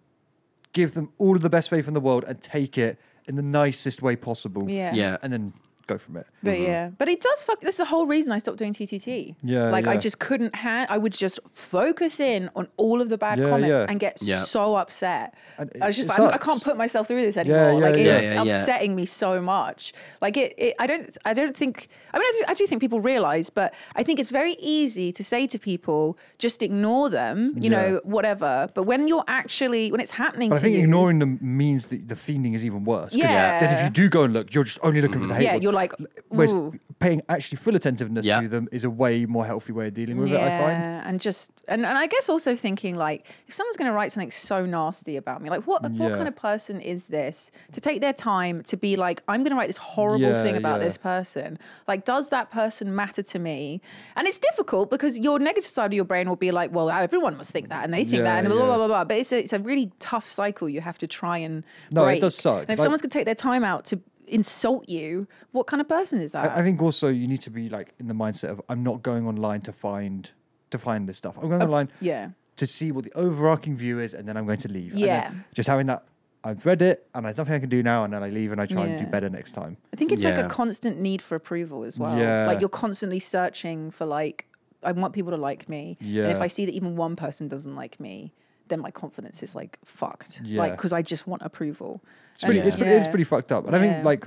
give them all of the best faith in the world and take it in the nicest way possible. Yeah. Yeah. And then go from it. But yeah, but it does fuck. That's the whole reason I stopped doing TTT. Yeah, like I yeah. just couldn't hand. I would just focus in on all of the bad Yeah, comments yeah. and get Yeah. so upset. And I was it- just it like, I'm- I sucks. can't put myself through this yeah, anymore. like yeah. it's Yeah, yeah, yeah. upsetting me so much. Like it, it. I don't. I don't think. I mean, I do, I do think people realize, but I think it's very easy to say to people, just ignore them. You Yeah. know, whatever. But when you're actually when it's happening, But to I think you, ignoring them means that the fiending is even worse. 'cause Yeah. Then if you do go and look, you're just only looking Mm. for the hate. Yeah, ones. you're like, Whereas ooh. paying actually full attentiveness Yeah. to them is a way more healthy way of dealing with it, I find. Yeah, and just and, and I guess also thinking like if someone's going to write something so nasty about me, like what what Yeah. kind of person is this to take their time to be like I'm going to write this horrible Yeah, thing about yeah. this person? Like, does that person matter to me? And it's difficult because your negative side of your brain will be like, well, everyone must think that and they think Yeah, that and blah, blah yeah. blah blah blah. But it's a, it's a really tough cycle you have to try and No, it break. does suck. And if Like- someone's going to take their time out to insult you, what kind of person is that? I, I think also you need to be like in the mindset of I'm not going online to find to find this stuff. I'm going online Oh, yeah. to see what the overarching view is and then I'm going to leave. And then Yeah. just having that I've read it and there's nothing I can do now and then I leave and I try and do Yeah. better next time. I think it's like a Yeah. constant need for approval as well. Yeah. Like you're constantly searching for like I want people to like me. And if Yeah. I see that even one person doesn't like me, then my confidence is like fucked. Like Yeah. Mm, because I just want approval. It's pretty, it's pretty, it's Yeah. pretty fucked up. And I Yeah. think like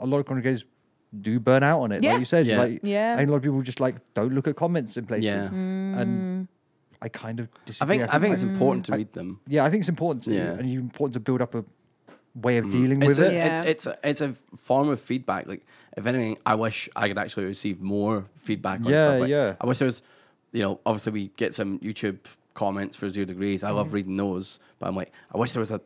a lot of congregators do burn out on it. Yeah. Like you said, Yeah. like Yeah. Mm. I think a lot of people just like don't look at comments in places. Yeah. And I kind of I disagree. think I think it's like- important to read them. yeah, I think it's important to Yeah. Mm. and you important to build up a way of dealing It's with a, it. Yeah. it- it's a it's a form of feedback. Like if anything, I wish I could actually receive more feedback on Yeah, stuff. Like, yeah. I wish there was, you know, obviously we get some YouTube comments for zero degrees. I Mm. love reading those, but I'm like, I wish there was a,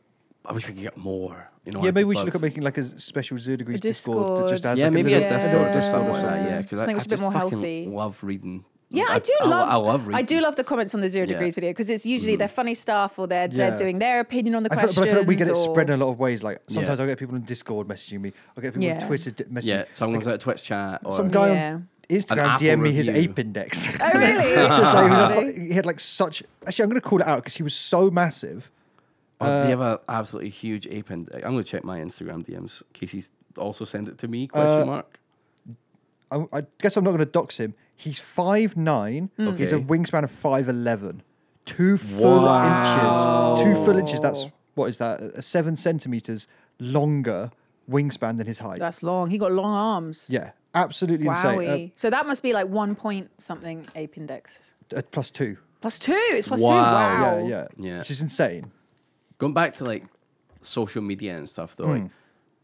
I wish we could get more. You know, Yeah, Oh, I maybe just we should love- look at making like a special zero degrees Discord, that Discord. just has yeah, like maybe a a little Discord or Yeah. something like that. Yeah, because I, Something I which is a bit just more fucking healthy. love reading. Yeah, I, do love. I, love reading. I do love the comments on the zero Yeah. degrees video because it's usually their funny stuff or they're, they're Mm. Yeah. doing their opinion on the I feel, questions. but I feel like we get it or- spread in a lot of ways. Like sometimes Yeah. I'll get people on Discord messaging me. I'll get people Yeah. on Twitter di- messaging Yeah, me. someone's at a Twitch chat or Some guy Yeah. on An Instagram Apple DM me his review. ape index. Oh really? Just like, he, was a fu- he had like such. Actually, I'm going to call it out because he was so massive. Oh, they have an absolutely huge ape in. I'm going to check my Instagram DMs. Casey's also sent it to me? Uh, Question mark. I, I guess I'm not going to dox him. He's five nine. Hmm. He's a Okay. wingspan of five eleven. Two full inches. Two full inches. That's what is that? Uh, Seven centimeters longer wingspan than his height. That's long. He got long arms. yeah, absolutely Wowie. insane. so that must be like one point something ape index. Uh, uh, plus two. Plus two. It's plus two. Wow. Wow. Yeah, yeah, Yeah. It's just insane. Going back to like social media and stuff though, like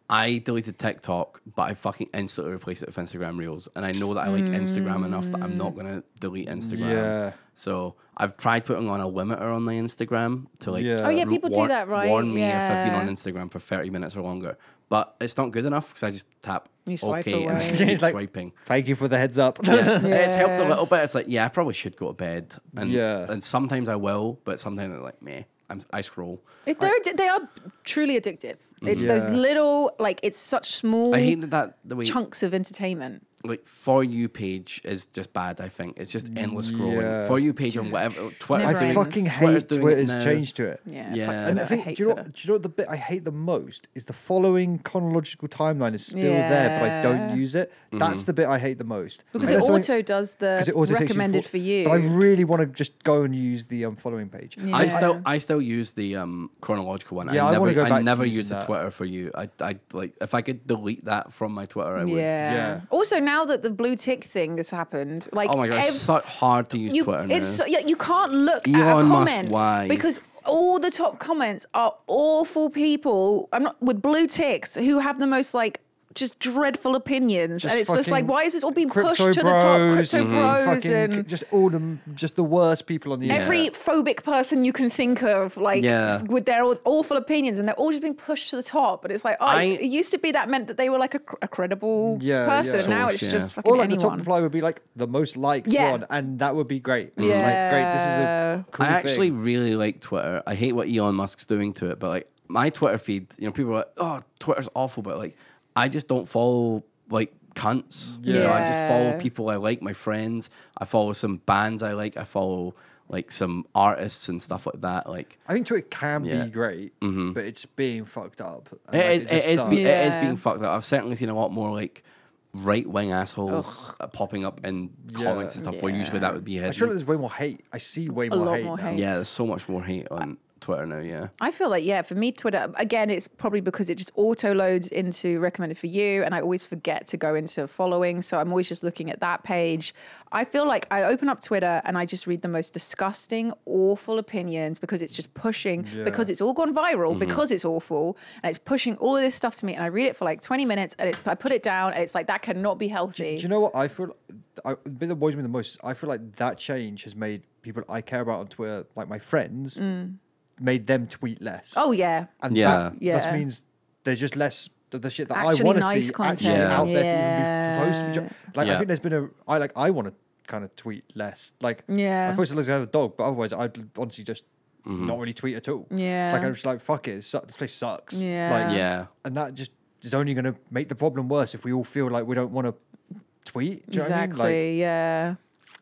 I deleted TikTok, but I fucking instantly replaced it with Instagram Reels, and I know that I like Instagram enough that I'm not gonna delete Instagram. Yeah. So I've tried putting on a limiter on my Instagram to like Yeah. Oh, yeah, r- people do warn- that, right? Warn me if I've Yeah. been on Instagram for thirty minutes or longer, but it's not good enough because I just tap You swipe OK and away. just It's keep like- swiping. Thank you for the heads up. Yeah, It's helped a little bit. It's like, yeah, I probably should go to bed. And, Yeah. And sometimes I will, but sometimes I'm like, meh, I'm, I scroll. It, they're, addi- they are truly addictive. It's those Yeah. little, like, it's such small I hate that, that the way chunks of entertainment. like for you page is just bad. I think it's just endless scrolling. Yeah. For you page on whatever Twitter. I Never ends. fucking Twitter's hate doing it Twitter's now. change to it. Yeah. Yeah. fuck And And I Twitter. think, do you, know, Twitter. what- do you know what the bit I hate the most is the following chronological timeline is still there, but I don't use it. Mm-hmm. That's the bit I hate the most. Because I know it something- auto does the 'cause it auto takes you recommended for, you. But I really want to just go and use the um, following page. Yeah. I still I still use the um, chronological one. Yeah, I I never wanna go back I to never using use the that. Twitter for you. I I like if I could delete that from my Twitter, I would. yeah. Yeah. Also, now that the blue tick thing has happened, like, Oh my god, it's ev- so hard to use you, Twitter it's now. so- yeah, you can't look at Elon a Musk, comment why? because all the top comments are awful people. I'm not with blue ticks who have the most like just dreadful opinions, Just and it's just like fucking why is this all being pushed Crypto to the top? bros, Mm-hmm. Crypto bros fucking and just all the just the worst people on the every internet. phobic person you can think of, like Yeah. with their aw- awful opinions, and they're all just being pushed to the top. But it's like, oh, I- it used to be that meant that they were like a, cr- a credible Yeah, yeah. person. Now Source, it's yeah. just fucking Or like the top anyone. reply would be like the most liked Yeah. one, and that would be great. It's Yeah. like great. This is a cool I actually thing. really like Twitter. I hate what Elon Musk's doing to it, but like my Twitter feed, you know, people are like, "Oh, Twitter's awful," but like, I just don't follow like cunts. You know, I just follow Yeah. people I like, my friends. I follow some bands I like. I follow like some artists and stuff like that. Like, I think Twitter can Yeah. Mm-hmm. be great, but it's being fucked up. and, it like, is, it it just is, sucks. be- it is Yeah. being fucked up. I've certainly seen a lot more like right wing assholes uh popping up in comments and stuff. Where usually that would be I feel like hidden. there's way more hate. I see way a more lot hate. more now. hate. Yeah, there's so much more hate on Twitter now. Yeah. I feel like yeah, for me Twitter again, it's probably because it just auto loads into recommended for you, and I always forget to go into following, so I'm always just looking at that page. I feel like I open up Twitter and I just read the most disgusting, awful opinions because it's just pushing because it's all gone viral Mm-hmm. because it's awful and it's pushing all of this stuff to me, and I read it for like 20 minutes and it's I put it down and it's like that cannot be healthy. Do you know what I feel? I, the bit that worries me the most is I feel like that change has made people I care about on Twitter, like my friends, made them tweet less. Mm. oh yeah, and Yeah. that, Yeah. that means there's just less the, the shit that I Actually want to nice see actually content. out there Yeah. to even be supposed to be. Like Yeah. I think there's been a I like I want to kind of tweet less. Like Yeah. I post like I have a dog, but otherwise I'd honestly just Mm-hmm. not really tweet at all. Yeah. like I'm just like fuck it, it suck, this place sucks. Yeah. like, Yeah. and that just is only going to make the problem worse if we all feel like we don't want to tweet. Do you know what I mean? exactly, Like, yeah.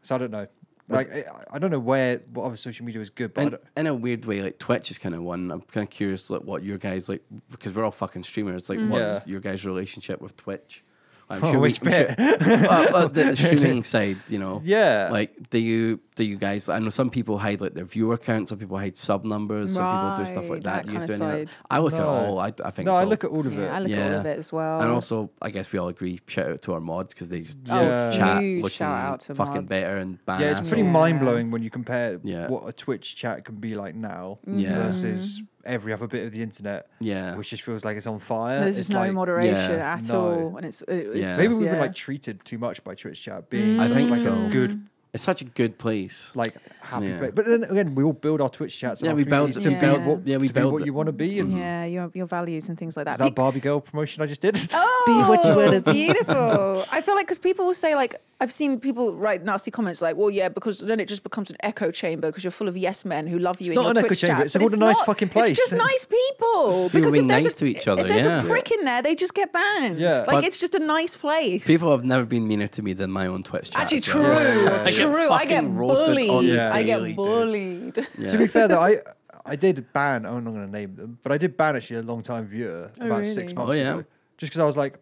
so I don't know. Like I, I don't know where what other social media is good, but I in, don't, in a weird way, like Twitch is kind of one. I'm kind of curious, like what your guys like, because we're all fucking streamers. Like, what's Mm-hmm. Yeah. your guys' relationship with Twitch? I'm Oh, which sure- well, well, the streaming side, you know. Yeah. Like, do you do you guys? I know some people hide like their viewer count. Some people hide sub numbers. some people do stuff like Right, that. that Do you guys do kinda any of that? side. I look at No. all. I, I think no, I so. look at all of Yeah, I it. look at all of it as well. And also, I guess we all agree. Shout out to our mods because they just Oh, yeah. chat huge looking shout out to fucking mods. better and bad. Yeah, it's pretty Yeah. mind blowing when you compare Yeah. Mm-hmm. what a Twitch chat can be like now Yeah. versus every other bit of the internet. Yeah. which just feels like it's on fire. There's it's just no like, moderation Yeah. at No. all, and it's, it- it's Yeah. Maybe just- we've been yeah. like treated too much by Twitch chat being I such, think like Mm. so. a good, It's such a good place. like happy. Yeah. place. But then again, we all build our Twitch chats. and Yeah, our we build- communities to we be build- what, yeah, we to be build Mm-hmm. what it. you want to be. And yeah, your your values and things like that. is that Pe- Barbie girl promotion I just did? oh, wanna beautiful! I feel like because people will say like I've seen people write nasty comments like, "Well, yeah," because then it just becomes an echo chamber because you're full of yes men who love you. in not your an echo Twitch chamber, chat, it's but called a nice not- fucking It's place. just nice people. because being if there's nice a, to each other, If there's yeah. a prick in there, they just get banned. Yeah. like But it's just a nice place. People have never been meaner to me than my own Twitch chat. actually as true, well. true. I get fucking roasted on bullied. the I daily, get dude. bullied. To be fair though, I I did ban. I'm not going to name them, but I did ban actually a long time viewer about six really? months Oh, yeah. ago, just because I was like,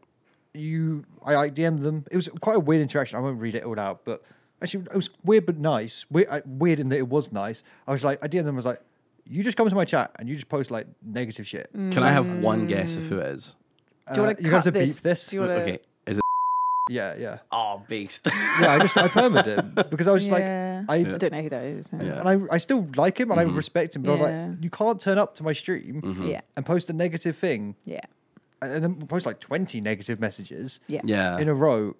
you. I, I DM'd them. It was quite a weird interaction. I won't read it all out, but actually it was weird but nice. Weird, uh, weird in that it was nice. I was like, I DM'd them. I was like, you just come into my chat and you just post like negative shit. Can I have one guess of who it is? Mm. Do you Uh, want to you're cut gonna have to this? beep this? Do you want to? Okay, is it? Yeah, yeah, Oh, beast. yeah. I just I permed him because I was just Yeah. like, I I don't know who that is. no. Yeah. and I, I still like him and Mm-hmm. I respect him, but I was Yeah. like, you can't turn up to my stream Yeah. and post a negative thing Yeah. and then post like 20 negative messages Yeah. yeah. in a row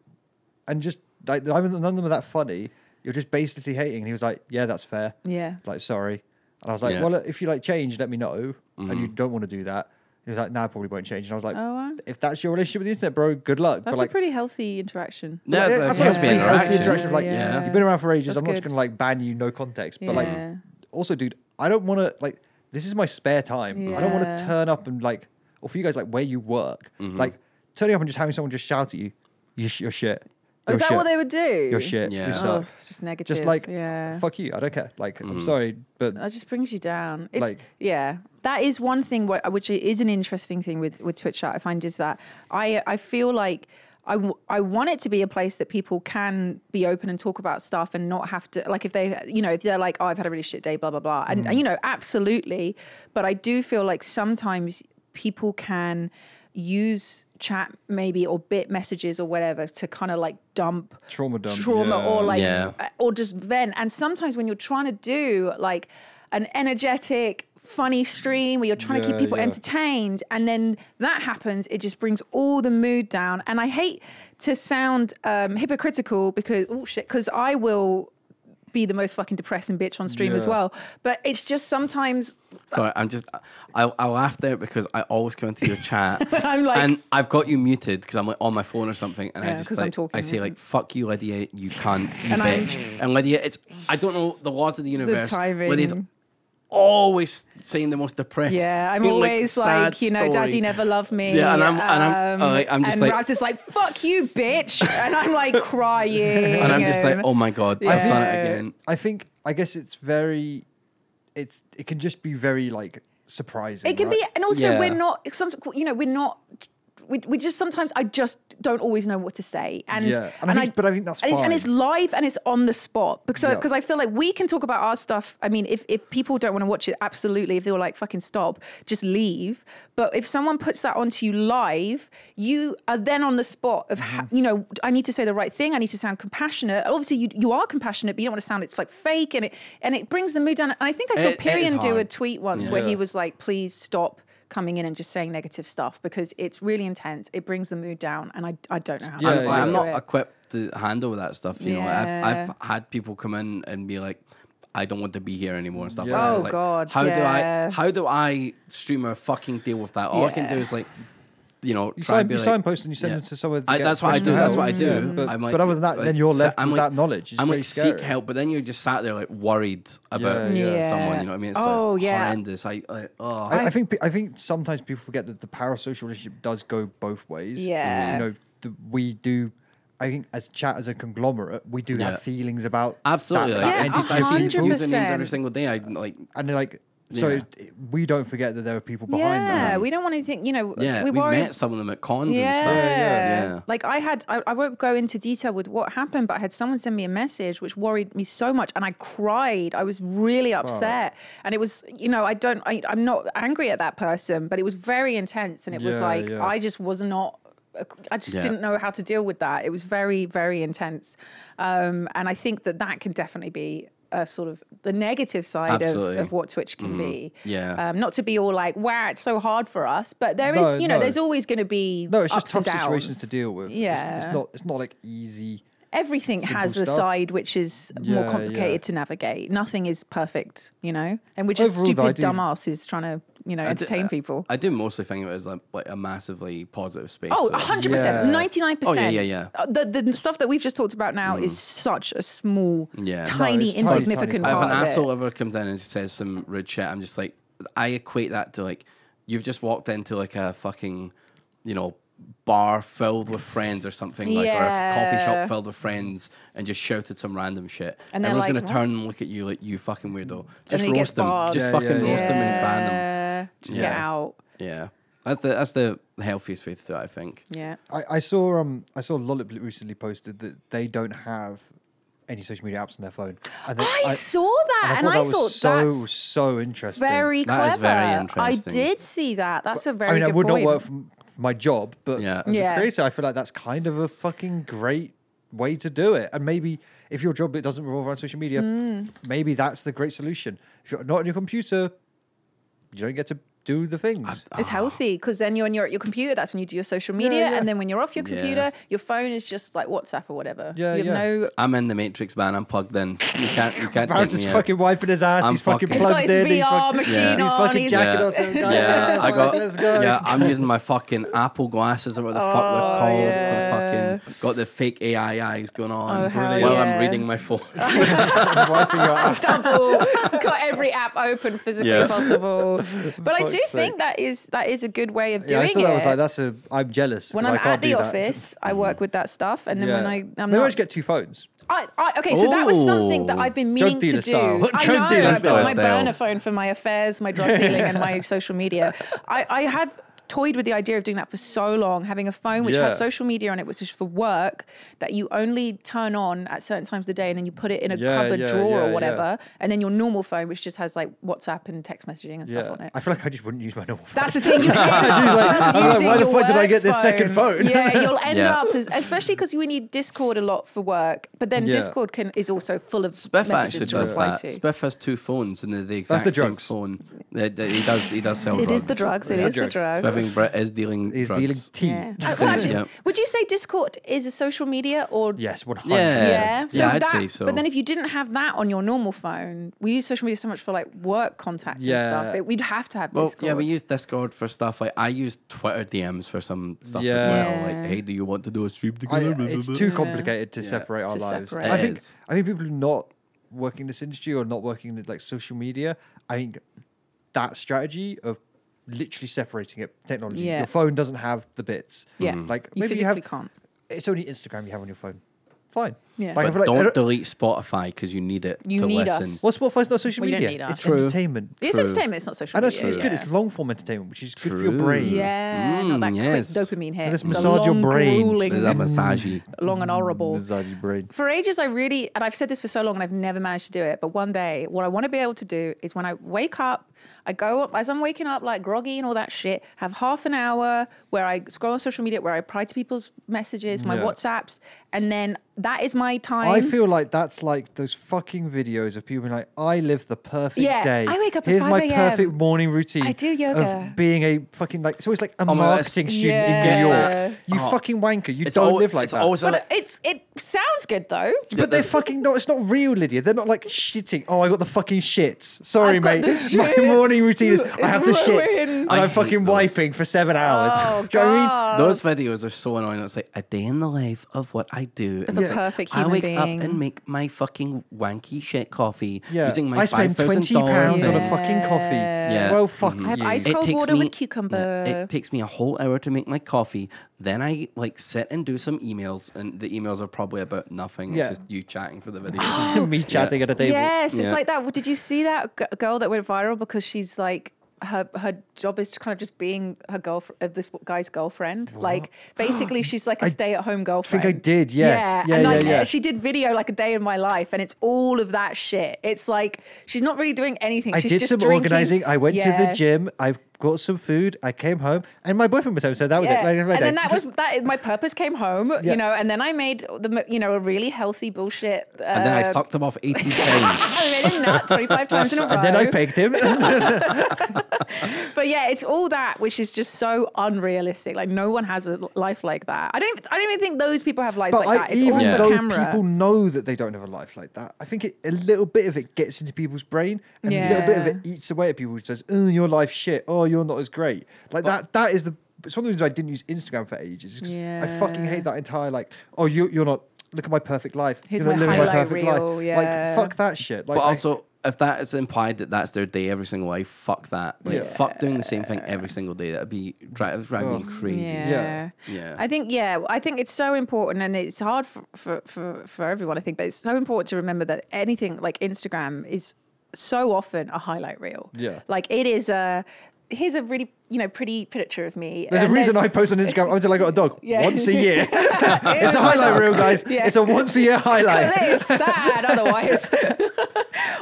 and just like neither- none of them are that funny. You're just basically hating. And he was like, yeah, that's fair. Yeah. Like, sorry. And I was like, Yeah. well, if you like change, let me know. And you don't want to do that. He was like, nah, I probably won't change. And I was like, Oh, wow. if that's your relationship with the internet, bro, good luck. That's but like, a pretty healthy interaction. No, Yeah, it's I like, feel has to be like it's a pretty healthy interaction. interaction of like, Yeah. you've been around for ages. That's I'm not just good. gonna like ban you, no context. But Yeah. like, also, dude, I don't want to like. This is my spare time. I don't want to Yeah. turn up and like, or for you guys, like where you work, Mm-hmm. like turning up and just having someone just shout at you, you sh- you're shit. Oh, You're is that shit. what they would do? You're shit. Yeah. You Ugh, suck. Ugh, it's just negative. just like, yeah. fuck you. I don't care. Like, Mm-hmm. I'm sorry, but That just brings you down. It's Like- yeah. That is one thing what, which is an interesting thing with with Twitch chat. I find is that I I feel like. I, w- I want it to be a place that people can be open and talk about stuff and not have to like if they you know if they're like oh I've had a really shit day blah blah blah and Mm-hmm. you know absolutely but I do feel like sometimes people can use chat maybe or bit messages or whatever to kind of like dump Trauma dump, trauma yeah. or like Yeah. uh, or just vent. And sometimes when you're trying to do like an energetic, funny stream where you're trying to keep Yeah, people yeah. entertained, and then that happens, it just brings all the mood down. And I hate to sound um, hypocritical because oh shit, because I will be the most fucking depressing bitch on stream as Yeah. well. But it's just sometimes Sorry, I'm just. I, I laughed there because I always come into your chat. I'm like- and I've got you muted because I'm like on my phone or something, and I Yeah, just 'cause like, I'm talking, I say yeah. like "fuck you, Lydia, you cunt, you And I'm- bitch," and Lydia, it's I don't know the laws of the universe. timing. Lydia's always saying the most depressed. yeah, I'm really, always sad like, you know, story. daddy never loved me. Yeah, and I'm- and I'm- um, like, I'm just and like- Raz is like, fuck you, bitch. And I'm like crying. and I'm just like, oh my god, I've done Yeah. it again. I think I guess it's very, it's it can just be very like surprising. It can right? be, and also Yeah. we're not. Some, you know, we're not. We, we just sometimes I just don't always know what to say, and Yeah. And I think- but I think that's and, it's- and it's fine. live and it's on the spot because Yeah. because I feel like we can talk about our stuff. I mean, if if people don't want to watch it, absolutely. If they were like fucking stop, just leave. But if someone puts that onto you live, you are then on the spot of ha- Mm-hmm. you know I need to say the right thing. I need to sound compassionate. Obviously, you you are compassionate, but you don't want to sound it's like fake, and it and it brings the mood down. And I think I saw It- it is Pyrian do a hard. tweet once where he was like, please stop coming in and just saying negative stuff because it's really intense. It brings the mood down. And I, I don't know how Yeah, I'm, to like, I'm do not it. equipped to handle that stuff. You know, I've, Yeah. I've had people come in and be like, "I don't want to be here anymore" and stuff. Yeah. Like that. Oh, It's like, God, How yeah. do I? How do I streamer fucking deal with that? All I can do Yeah. is like, you know, You try sign, and be you like, signpost and you send yeah. them to somewhere. to I, get that's what I do. professional That's what I help. do. Yeah, But, I'm like, but other than that, then you're so- left I'm with like- that knowledge. It's I'm very like scary. seek help, but then you're just sat there like worried about Yeah, yeah. someone. You know what I mean? It's Oh, like, yeah. horrendous. I, I oh. I, I think pe- I think sometimes people forget that the parasocial relationship does go both ways. Yeah. Mm. you know, the, we do. I think as chat as a conglomerate, we do Yeah. have feelings about that- Absolutely, That, like, Yeah, I just- I entity, see people. 100%. usernames every single day. I like, and they're like so Yeah. it- it- we don't forget that there are people behind Yeah, that. we don't want anything, you know, yeah, we we, worry. met some of them at cons yeah. and stuff. yeah. Like I had, I, I won't go into detail with what happened, but I had someone send me a message which worried me so much, and I cried. I was really upset, and it was, you know, I don't, I, I'm not angry at that person, but it was very intense, and it was Yeah, like yeah. I just was not. I just Yeah. didn't know how to deal with that. It was very, very intense, um, and I think that that can definitely be a sort of the negative side of, Absolutely. Mm-hmm. of what Twitch can be. Yeah. um, not to be all like, "Wow, it's so hard for us," but there is, No, you know, no. there's always going to be No, it's just ups and tough situations downs. to deal with. It's- it's, Yeah. not. It's not like easy. Everything has a stuff. side which is Yeah, more complicated yeah. to navigate. Nothing is perfect, you know, and we're just Overall, though, I stupid do- dumbasses trying to, you know, I do- entertain people. I do mostly think of it as like, like a massively positive space. Oh, so- 100%, Yeah. 99%. Oh, yeah, yeah, yeah. Mm. Uh, The, the stuff that we've just talked about now is such a small, Yeah. No, tiny, it's tiny, insignificant tiny. If part an of it. asshole ever comes in and says some rude shit, I'm just like, I equate that to like, you've just walked into like a fucking, you know, bar filled with friends or something like or a coffee Yeah. shop filled with friends and just shouted some random shit. And they're Everyone's like, gonna "What?" turn and look at you like you fucking weirdo. Just then you get roast them. bogged. Just Yeah, fucking yeah, roast yeah. them and ban them. Yeah, Just get Yeah. out. Yeah. That's the that's the healthiest way to do it, I think. Yeah. I, I saw um I saw Lollipop recently posted that they don't have any social media apps on their phone. And then I, saw that, and thought I that thought was so that's so interesting. very That clever. is very I interesting. did see that. That's a very. I mean, good I would point. not work for m- for my job, but Yeah. as Yeah. a creator, I feel like that's kind of a fucking great way to do it. And maybe if your job it doesn't revolve around social media, Mm. maybe that's the great solution. If you're not on your computer, you don't get to do the things. It's healthy because then you're when you're at your computer, that's when you do your social media, and then when you're off your Yeah. computer, your phone is just like WhatsApp or whatever. Yeah, you have yeah. no. I'm in the Matrix, man. I'm plugged in. You can't you can't get Barry's just me out. fucking wiping his ass. I'm he's fucking fucking- He's got plugged his in. he's VR fucking, machine he's on, fucking he's- jacking Yeah. us. up. Yeah, I got. Let's go. Oh, Yeah, I'm using my fucking Apple glasses or what the fuck they're called. The fucking got the fake AI eyes going Oh, on while hell I'm yeah. reading my phone. wiping your ass. double got every app open physically Yeah. possible but i Fuck's do think sake. that is that is a good way of Yeah, doing I saw that. I was it like, that's a. I'm jealous. when 'cause i'm I can't at the do that. Mm. office i work with that stuff and then Yeah. when i i'm maybe I not just get two phones. I, I, okay, so that was something that Oh. I've been meaning to dealer do. style. I Drug know. dealer I've got my style. burner phone for my affairs, my drug dealing, and my social media. I, I have toyed with the idea of doing that for so long, having a phone which Yeah. has social media on it, which is for work, that you only turn on at certain times of the day, and then you put it in a Yeah, cupboard yeah, drawer yeah, or yeah. whatever, and then your normal phone, which just has like WhatsApp and text messaging and stuff on it. I feel like I just wouldn't use my normal phone. That's the thing. You end up She's like, just I'm like, using why the your fuck did I get work this second phone? Yeah, you'll end Yeah. up as, especially because we need Discord a lot for work. But then Yeah. Discord can is also full of Spiff messages actually to does reply that. to. Spiff has two phones and they're the the exact same drugs. phone. They- they- He does. He does sell It drugs. is the drugs. It Yeah. is the Drugs. drugs. Spiffing Brit is dealing. He's drugs. dealing tea. Yeah. Uh, well, actually, Yeah. Would you say Discord is a social media or? Yes, 100. Yeah. Yeah. So Yeah, I'd that, say so. But then if you didn't have that on your normal phone, we use social media so much for like work contact Yeah. and stuff. It, we'd have to have Well, Discord. yeah, we use Discord for stuff. Like I use Twitter DMs for some stuff Yeah. as well. Yeah. Like, hey, do you want to do a stream I, together? Blah, blah, it's blah. too complicated to Yeah. separate our To lives. separate. I It think is. I think people who not working in this industry or not working in like social media, I think that strategy of literally separating it technology. Yeah. Your phone doesn't have the bits. Yeah. Mm. Like You maybe you, physically have can't. it's only Instagram you have on your phone. Fine. Yeah. Like, I But feel like- I don't don't- delete Spotify because you need it You to need listen. us. well, Spotify's not social Well, you don't media. need us. It's True. entertainment. It's True. entertainment. It's not social And it's, media. it's good. yeah. It's long form entertainment, which is good for your brain. Yeah, not Mm, that yes. quick dopamine hit. Let us It's a massage your long, brain. grueling, There's a massage. Mm. long and horrible. Inside your brain. For ages, I really, and I've said this for so long, and I've never managed to do it. But one day, what I want to be able to do is when I wake up, I go up as I'm waking up, like groggy and all that shit. Have half an hour where I scroll on social media, where I reply to people's messages, my Yeah. WhatsApps, and then that is my time. I feel like that's like those fucking videos of people being like, I live the perfect Yeah, day. I wake up at Here's my 5 a.m.. perfect morning routine. I do yoga." Of being a fucking like, it's always like a my God, marketing it's- student Yeah. in New Yeah. York. You Oh. fucking wanker. You don't al- live like it's that. Always but it's it sounds good though. but they're fucking not. It's not real, Lydia. They're not like shitting. Oh, I got the fucking shits. Sorry, I've got mate. the My shits. morning routine is It's I have the shits, ruined. and I I'm hate fucking those. wiping for seven hours. Oh, do you know what I mean? Those videos are so annoying. It's like a day in the life of what I do. And a it's like, perfect I human wake being. up and make my fucking wanky shit coffee Yeah, using my I spend $5,000 twenty pounds on a thing. fucking coffee. Yeah. Mm-hmm. Well, fuck I have you. ice It cold takes water with me- cucumber. yeah, It takes me a whole hour to make my coffee. Then I like sit and do some emails, and the emails are probably about nothing. Yeah. It's just you chatting for the video. me chatting at a table. Yes, it's Yeah. like that. Did you see that g- girl that went viral because she's like her her job is to kind of just being her girlfriend, uh, this guy's girlfriend. Like basically, she's like a stay at home girlfriend. did, yes. Yeah, Yeah, and yeah, like, uh, yeah. she did video like a day in my life, and it's all of that shit. It's like she's not really doing anything. I she's did just some drinking. organizing. I went to Yeah. the gym. I got some food. I came home, and my boyfriend was home. So that was Yeah. it. Like, and my day. then that was that. My purpose came home, Yeah. you know. And then I made the mo- you know a really healthy bullshit. Uh, and then I sucked them off 18 times. I made a nut twenty five times in a row. And then I pegged him. But yeah, it's all that which is just so unrealistic. Like no one has a l- life like that. I don't. I don't even think those people have lives but like I, that. It's even all though for camera. people know that they don't have a life like that, I think it, a little bit of it gets into people's brain, and a little bit of Yeah. it eats away at people. Who says, "Oh, your life's shit. Oh, you're not as great." Like that. That is the. It's one of the reasons I didn't use Instagram for ages. 'cause I fucking Yeah. hate that entire like. Oh, you, you're not. Look at my perfect life. Here's you're not my living my highlight perfect reel, life. yeah. Like fuck that shit. Like, but I- also if that is implied that that's their day every single day, fuck that. Like, Yeah. fuck doing the same thing every single day. That'd be dri- that'd drive me crazy. Yeah. Yeah. I think, yeah, I think it's so important and it's hard for, for, for, for everyone, I think, but it's so important to remember that anything like Instagram is so often a highlight reel. Yeah. Like it is a, here's a really, you know, pretty picture of me. There's a and reason I post on Instagram until I got a dog Yeah. once a year. it's a highlight reel, guys. Yeah. It's a once a year highlight. That is sad otherwise.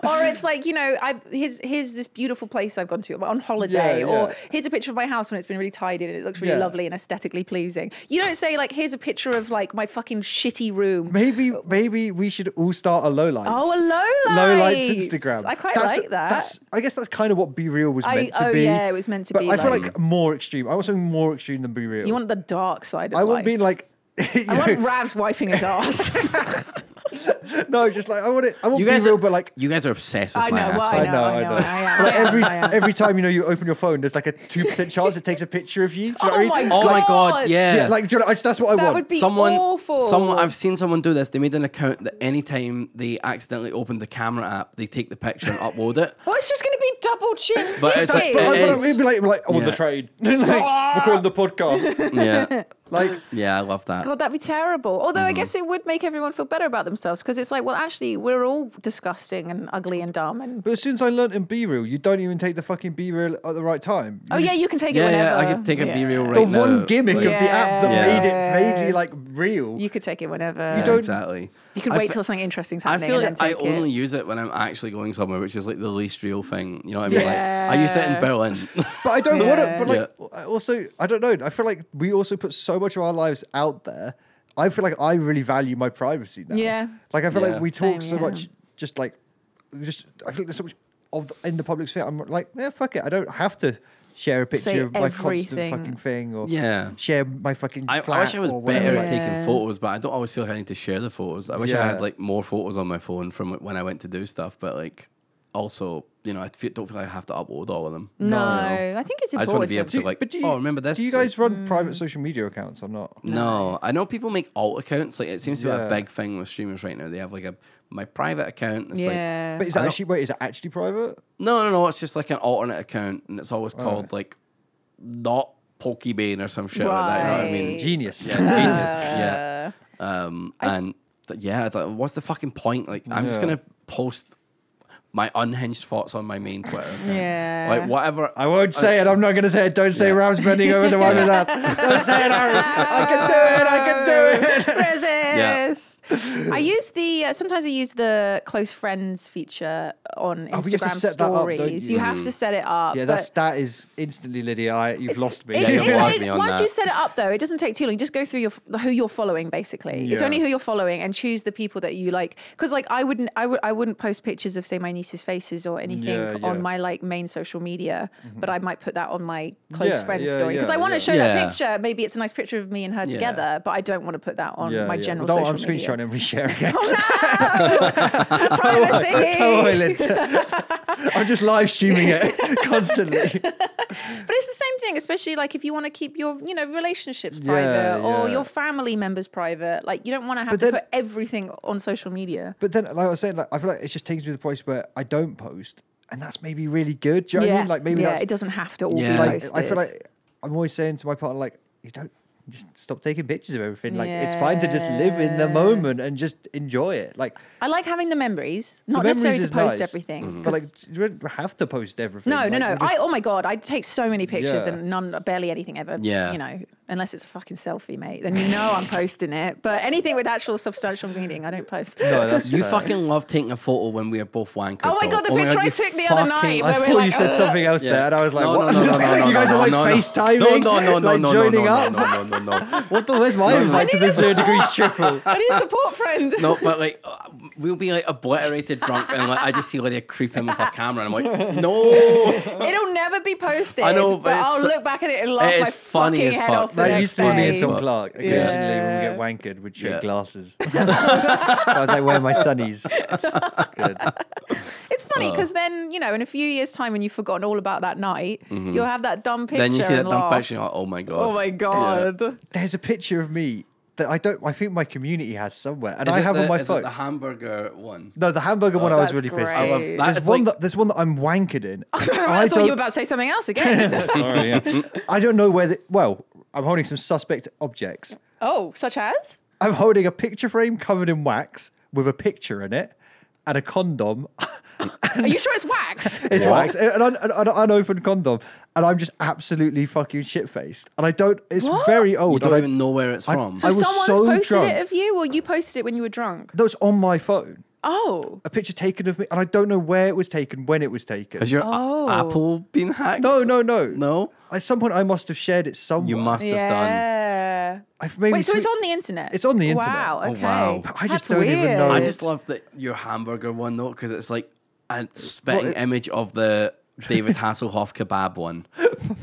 or it's like, you know, I here's here's this beautiful place I've gone to on holiday, Yeah, or yeah. here's a picture of my house when it's been really tidied and it looks really Yeah. lovely and aesthetically pleasing. You don't say like here's a picture of like my fucking shitty room. Maybe maybe we should all start a low lights. Oh, a Low lights lowlights. Instagram. I quite That's- like that. That's I guess that's kind of what Be Real was I- meant to oh, be. yeah, it was meant to but be I feel like- like more extreme. I want something more extreme than Be Real. you want the dark side of I life. want be like you I want know, Rav's wiping his ass. no, just like I want it. I want You Be guys Real, are, but like you guys are obsessed with I know, my well, ass. I I know, know, I I know, know. I am. Like I am, every I am. every time you know you open your phone, there's like a two percent chance it takes a picture of you. Do you know what I Oh mean? my Oh my God. god, yeah. Yeah, like do you know, I just, that's what I That want. would be someone, awful. someone. I've seen someone do this. They made an account that anytime they accidentally open the camera app, they take the picture and upload it. well, it's just going to be double chin. But it's sitting. But It I- but is. Ah! it'd be like, like I'm on the Yeah. train, like recording the podcast. Yeah, Like yeah, I love that. God, that'd be terrible. Although Mm. I guess it would make everyone feel better about themselves because it's like, well, actually, we're all disgusting and ugly and dumb. And But as soon as I learnt in B reel, you don't even take the fucking B reel at the right time. oh yeah, you can take it yeah, whenever. yeah, I could take a Yeah. B real right the now. one gimmick like- of the app that Yeah. made it vaguely like real. You could take it whenever. Yeah, You don't- exactly. You could I wait fe- till something interesting's I happening. feel and like then I take only it. use it when I'm actually going somewhere, which is like the least real thing. You know what I mean? Like I used it in Yeah. Berlin. but I don't want to. But like, I also, I don't know. I feel like we also put so much of our lives out there. I feel like I really value my privacy now. Yeah. Like I feel Yeah. like we Same, talk so yeah. much, just like, just I feel like there's so much of the, in the public sphere. I'm like, yeah, fuck it. I don't have to share a picture Say of my everything. constant fucking thing or Yeah. share my fucking. I, I flat wish I was or whatever. better Yeah. at taking photos, but I don't always feel like I need to share the photos. I wish I Yeah. had like more photos on my phone from when I went to do stuff, but like also, you know, I fe- don't feel like I have to upload all of them. No, I think it's important. I just want to be able Do to you- like. but do you, oh, remember this? Do you guys Mm. run private social media accounts or not? No, I know people make alt accounts. Like it seems to be a Yeah. big thing with streamers right now. They have like a my private account. It's like yeah. But is that actually wait? Is it actually private? no, no, no. It's just like an alternate account, and it's always called like not Pokebane or some shit like that. You know what I mean? Right. Genius. yeah. Um, and th- yeah, th- what's the fucking point? Like, I'm just Yeah. gonna post my unhinged thoughts on my main Twitter. account. Yeah. Like whatever. I won't say it. I'm not going to say it. Don't say Ram's bending over the woman's ass. Don't say it, Aaron. I can do it. I can do it. Resist. I use the uh, sometimes I use the close friends feature on Oh, we have to Instagram set that up, don't stories. you? you? have to set it up. Yeah, but- that's that is instantly Lydia. I, you've lost me. It's- Yeah, it's- you're it- me on once that. you set it up, though, it doesn't take too long. You just go through your f- who you're following, basically. It's Yeah. only who you're following, and choose the people that you like. Because like I wouldn't, I would, I wouldn't post pictures of say my niece's faces or anything Yeah, on yeah. Mm-hmm. my like main social media, but I might put that on my close Yeah, friends yeah, story because yeah, I want to yeah. show Yeah. that picture. Maybe it's a nice picture of me and her together, but I don't want to put that on Yeah, my yeah. general No, social I'm media. screenshotting and resharing it. No, privacy. Don't worry, Linda. I'm just live streaming it constantly. But it's the same thing, especially like if you want to keep your, you know, relationships Yeah, private or yeah. your family members private. Like you don't want to have But to then- put everything on social media. But then, like I was saying, like I feel like it just takes me to the place where I don't post, and that's maybe really good. Do you know what I mean? Like maybe yeah, that's it doesn't have to all Yeah. be like posted. I feel like I'm always saying to my partner, like, you don't just stop taking pictures of everything. Like it's fine to just live in the Yeah. moment and just enjoy it. Like I like having the memories, not the necessarily memories to is post nice, everything. Mm-hmm. But like 'cause- you don't have to post everything. no, Like, no, no. you just- I oh my god, I take so many pictures Yeah. and none, barely anything ever. Yeah. you know, unless it's a fucking selfie, mate. Then you know I'm posting it. But anything with actual substantial meaning, I don't post. No, Oh, that's You fair. fucking love taking a photo when we are both wanking. Oh my God, the picture I took the other night I where we're thought you like, "Oh, said "Ugh." something else there, and I was like, no, "What? No, no, no, no, you guys no, are like no, no. FaceTiming, No, no, no, no, like no, no, joining no, up. No, no, no, no. What the? Where's my invite to the zero degrees triple? I need a support friend. No, but like uh, we'll be like obliterated drunk, and like I just see Lydia creep in with her camera, and I'm like, no. It'll never be posted. I know, but but it's I'll so- look back at it and laugh it is my funny fucking as head fuck. off. The That next used to be me and day. Tom Clark. Occasionally, Yeah. when we get wankered, we'd show Yeah. glasses. I was like, "Where are my sunnies?" Good. It's funny because then you know, in a few years' time, when you've forgotten all about that night, you'll have that dumb picture. Then you see that and dumb laugh. Oh picture, and you're like, oh my god. Oh my god! There's a picture of me that I don't. I think my community has somewhere, and Is I it have the, on my is it phone. the hamburger one. no, the hamburger one. I was That's really pissed. great. Off. I love- that There's is one like- that there's one that I'm wankered in. I, thought you were about to say something else again. Sorry, yeah. I don't know where. The, well, I'm holding some suspect objects. oh, such as? I'm holding a picture frame covered in wax with a picture in it and a condom. Are you sure it's wax? It's wax, an, un, an, an unopened condom, and I'm just absolutely fucking shit faced. And I don't. It's What? very old. You don't and I- even know where it's I- from. I was Someone's so posted drunk. it of you, or you posted it when you were drunk. No, it's on my phone. Oh, A picture taken of me, and I don't know where it was taken, when it was taken. Has your a- Apple been hacked? Oh. no, no, no, No? At some point, I must have shared it somewhere. You must have done. yeah. I've maybe Wait, so it's tweet- on the internet? It's on the internet. Wow. Oh, Okay. wow. But I just That's don't even know. weird. I just love that your hamburger one though, because it's like a spitting it- image of the David Hasselhoff kebab one,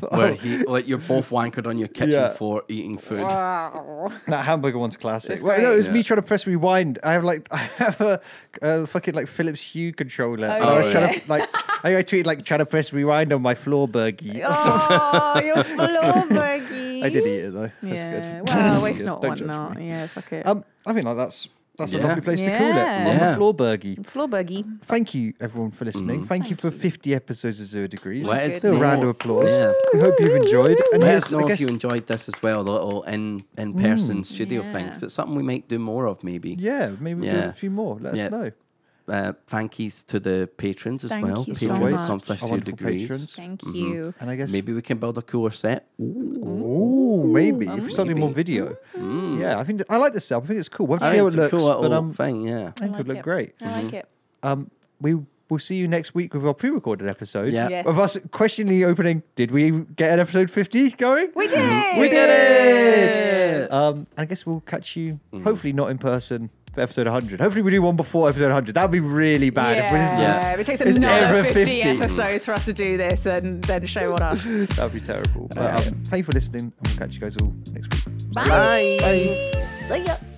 where he like you're both wankered on your kitchen Oh. Yeah. floor eating food. Wow. That hamburger one's classic. That's Well, no, great. it was me Yeah. trying to press rewind. I have like I have a, uh fucking like Philips Hue controller. and I Oh, was trying yeah. to like I, I tweeted like trying to press rewind on my floor burger. Oh, you're flawbergy. I did eat it though. That's Yeah. good. Well, That's it's good. not Don't one judge not. me. Yeah, fuck it. Um, I think like that's that's Yeah. a lovely place to call it. Yeah. On Yeah. Mm-hmm. the floor burger. Flawbergy. Thank you everyone for listening. Thank you for 50 episodes of Zero Degrees. Let us a round know. of applause. Yeah. We hope you've enjoyed. And Let here's us know I if guess Mm. you enjoyed this as well, the little in in person studio thing, 'cause Yeah. it's something we might do more of maybe. yeah, maybe we'll do Yeah. a few more. Let Yeah. us know. Uh, thank yous to the patrons as Thank well. you so Always. Patreon.com slash Our zero wonderful degrees. patrons. Thank you. And Mm-hmm. I guess Maybe we can build a cooler set. Oh, maybe. If we start doing more video. Yeah, I think I like this setup. I think it's cool. We'll have Mm. I think to see how it's it a looks. cool but little um, I thing, yeah. think it would look great. I like it. Um, we will see you next week with our pre recorded episode Yeah. Yes. of us questioning the opening. Did we get an episode 50 going? We did. We did it! Um, I guess we'll catch you hopefully not in person for episode 100. Hopefully, we do one before episode 100. That'd be really bad if we Yeah. didn't. Yeah. If it takes It's another over 50, 50. episodes for us to do this and then show on us. That'd be terrible. But um, thank you for listening, and we'll catch you guys all next week. Bye. Bye. See ya.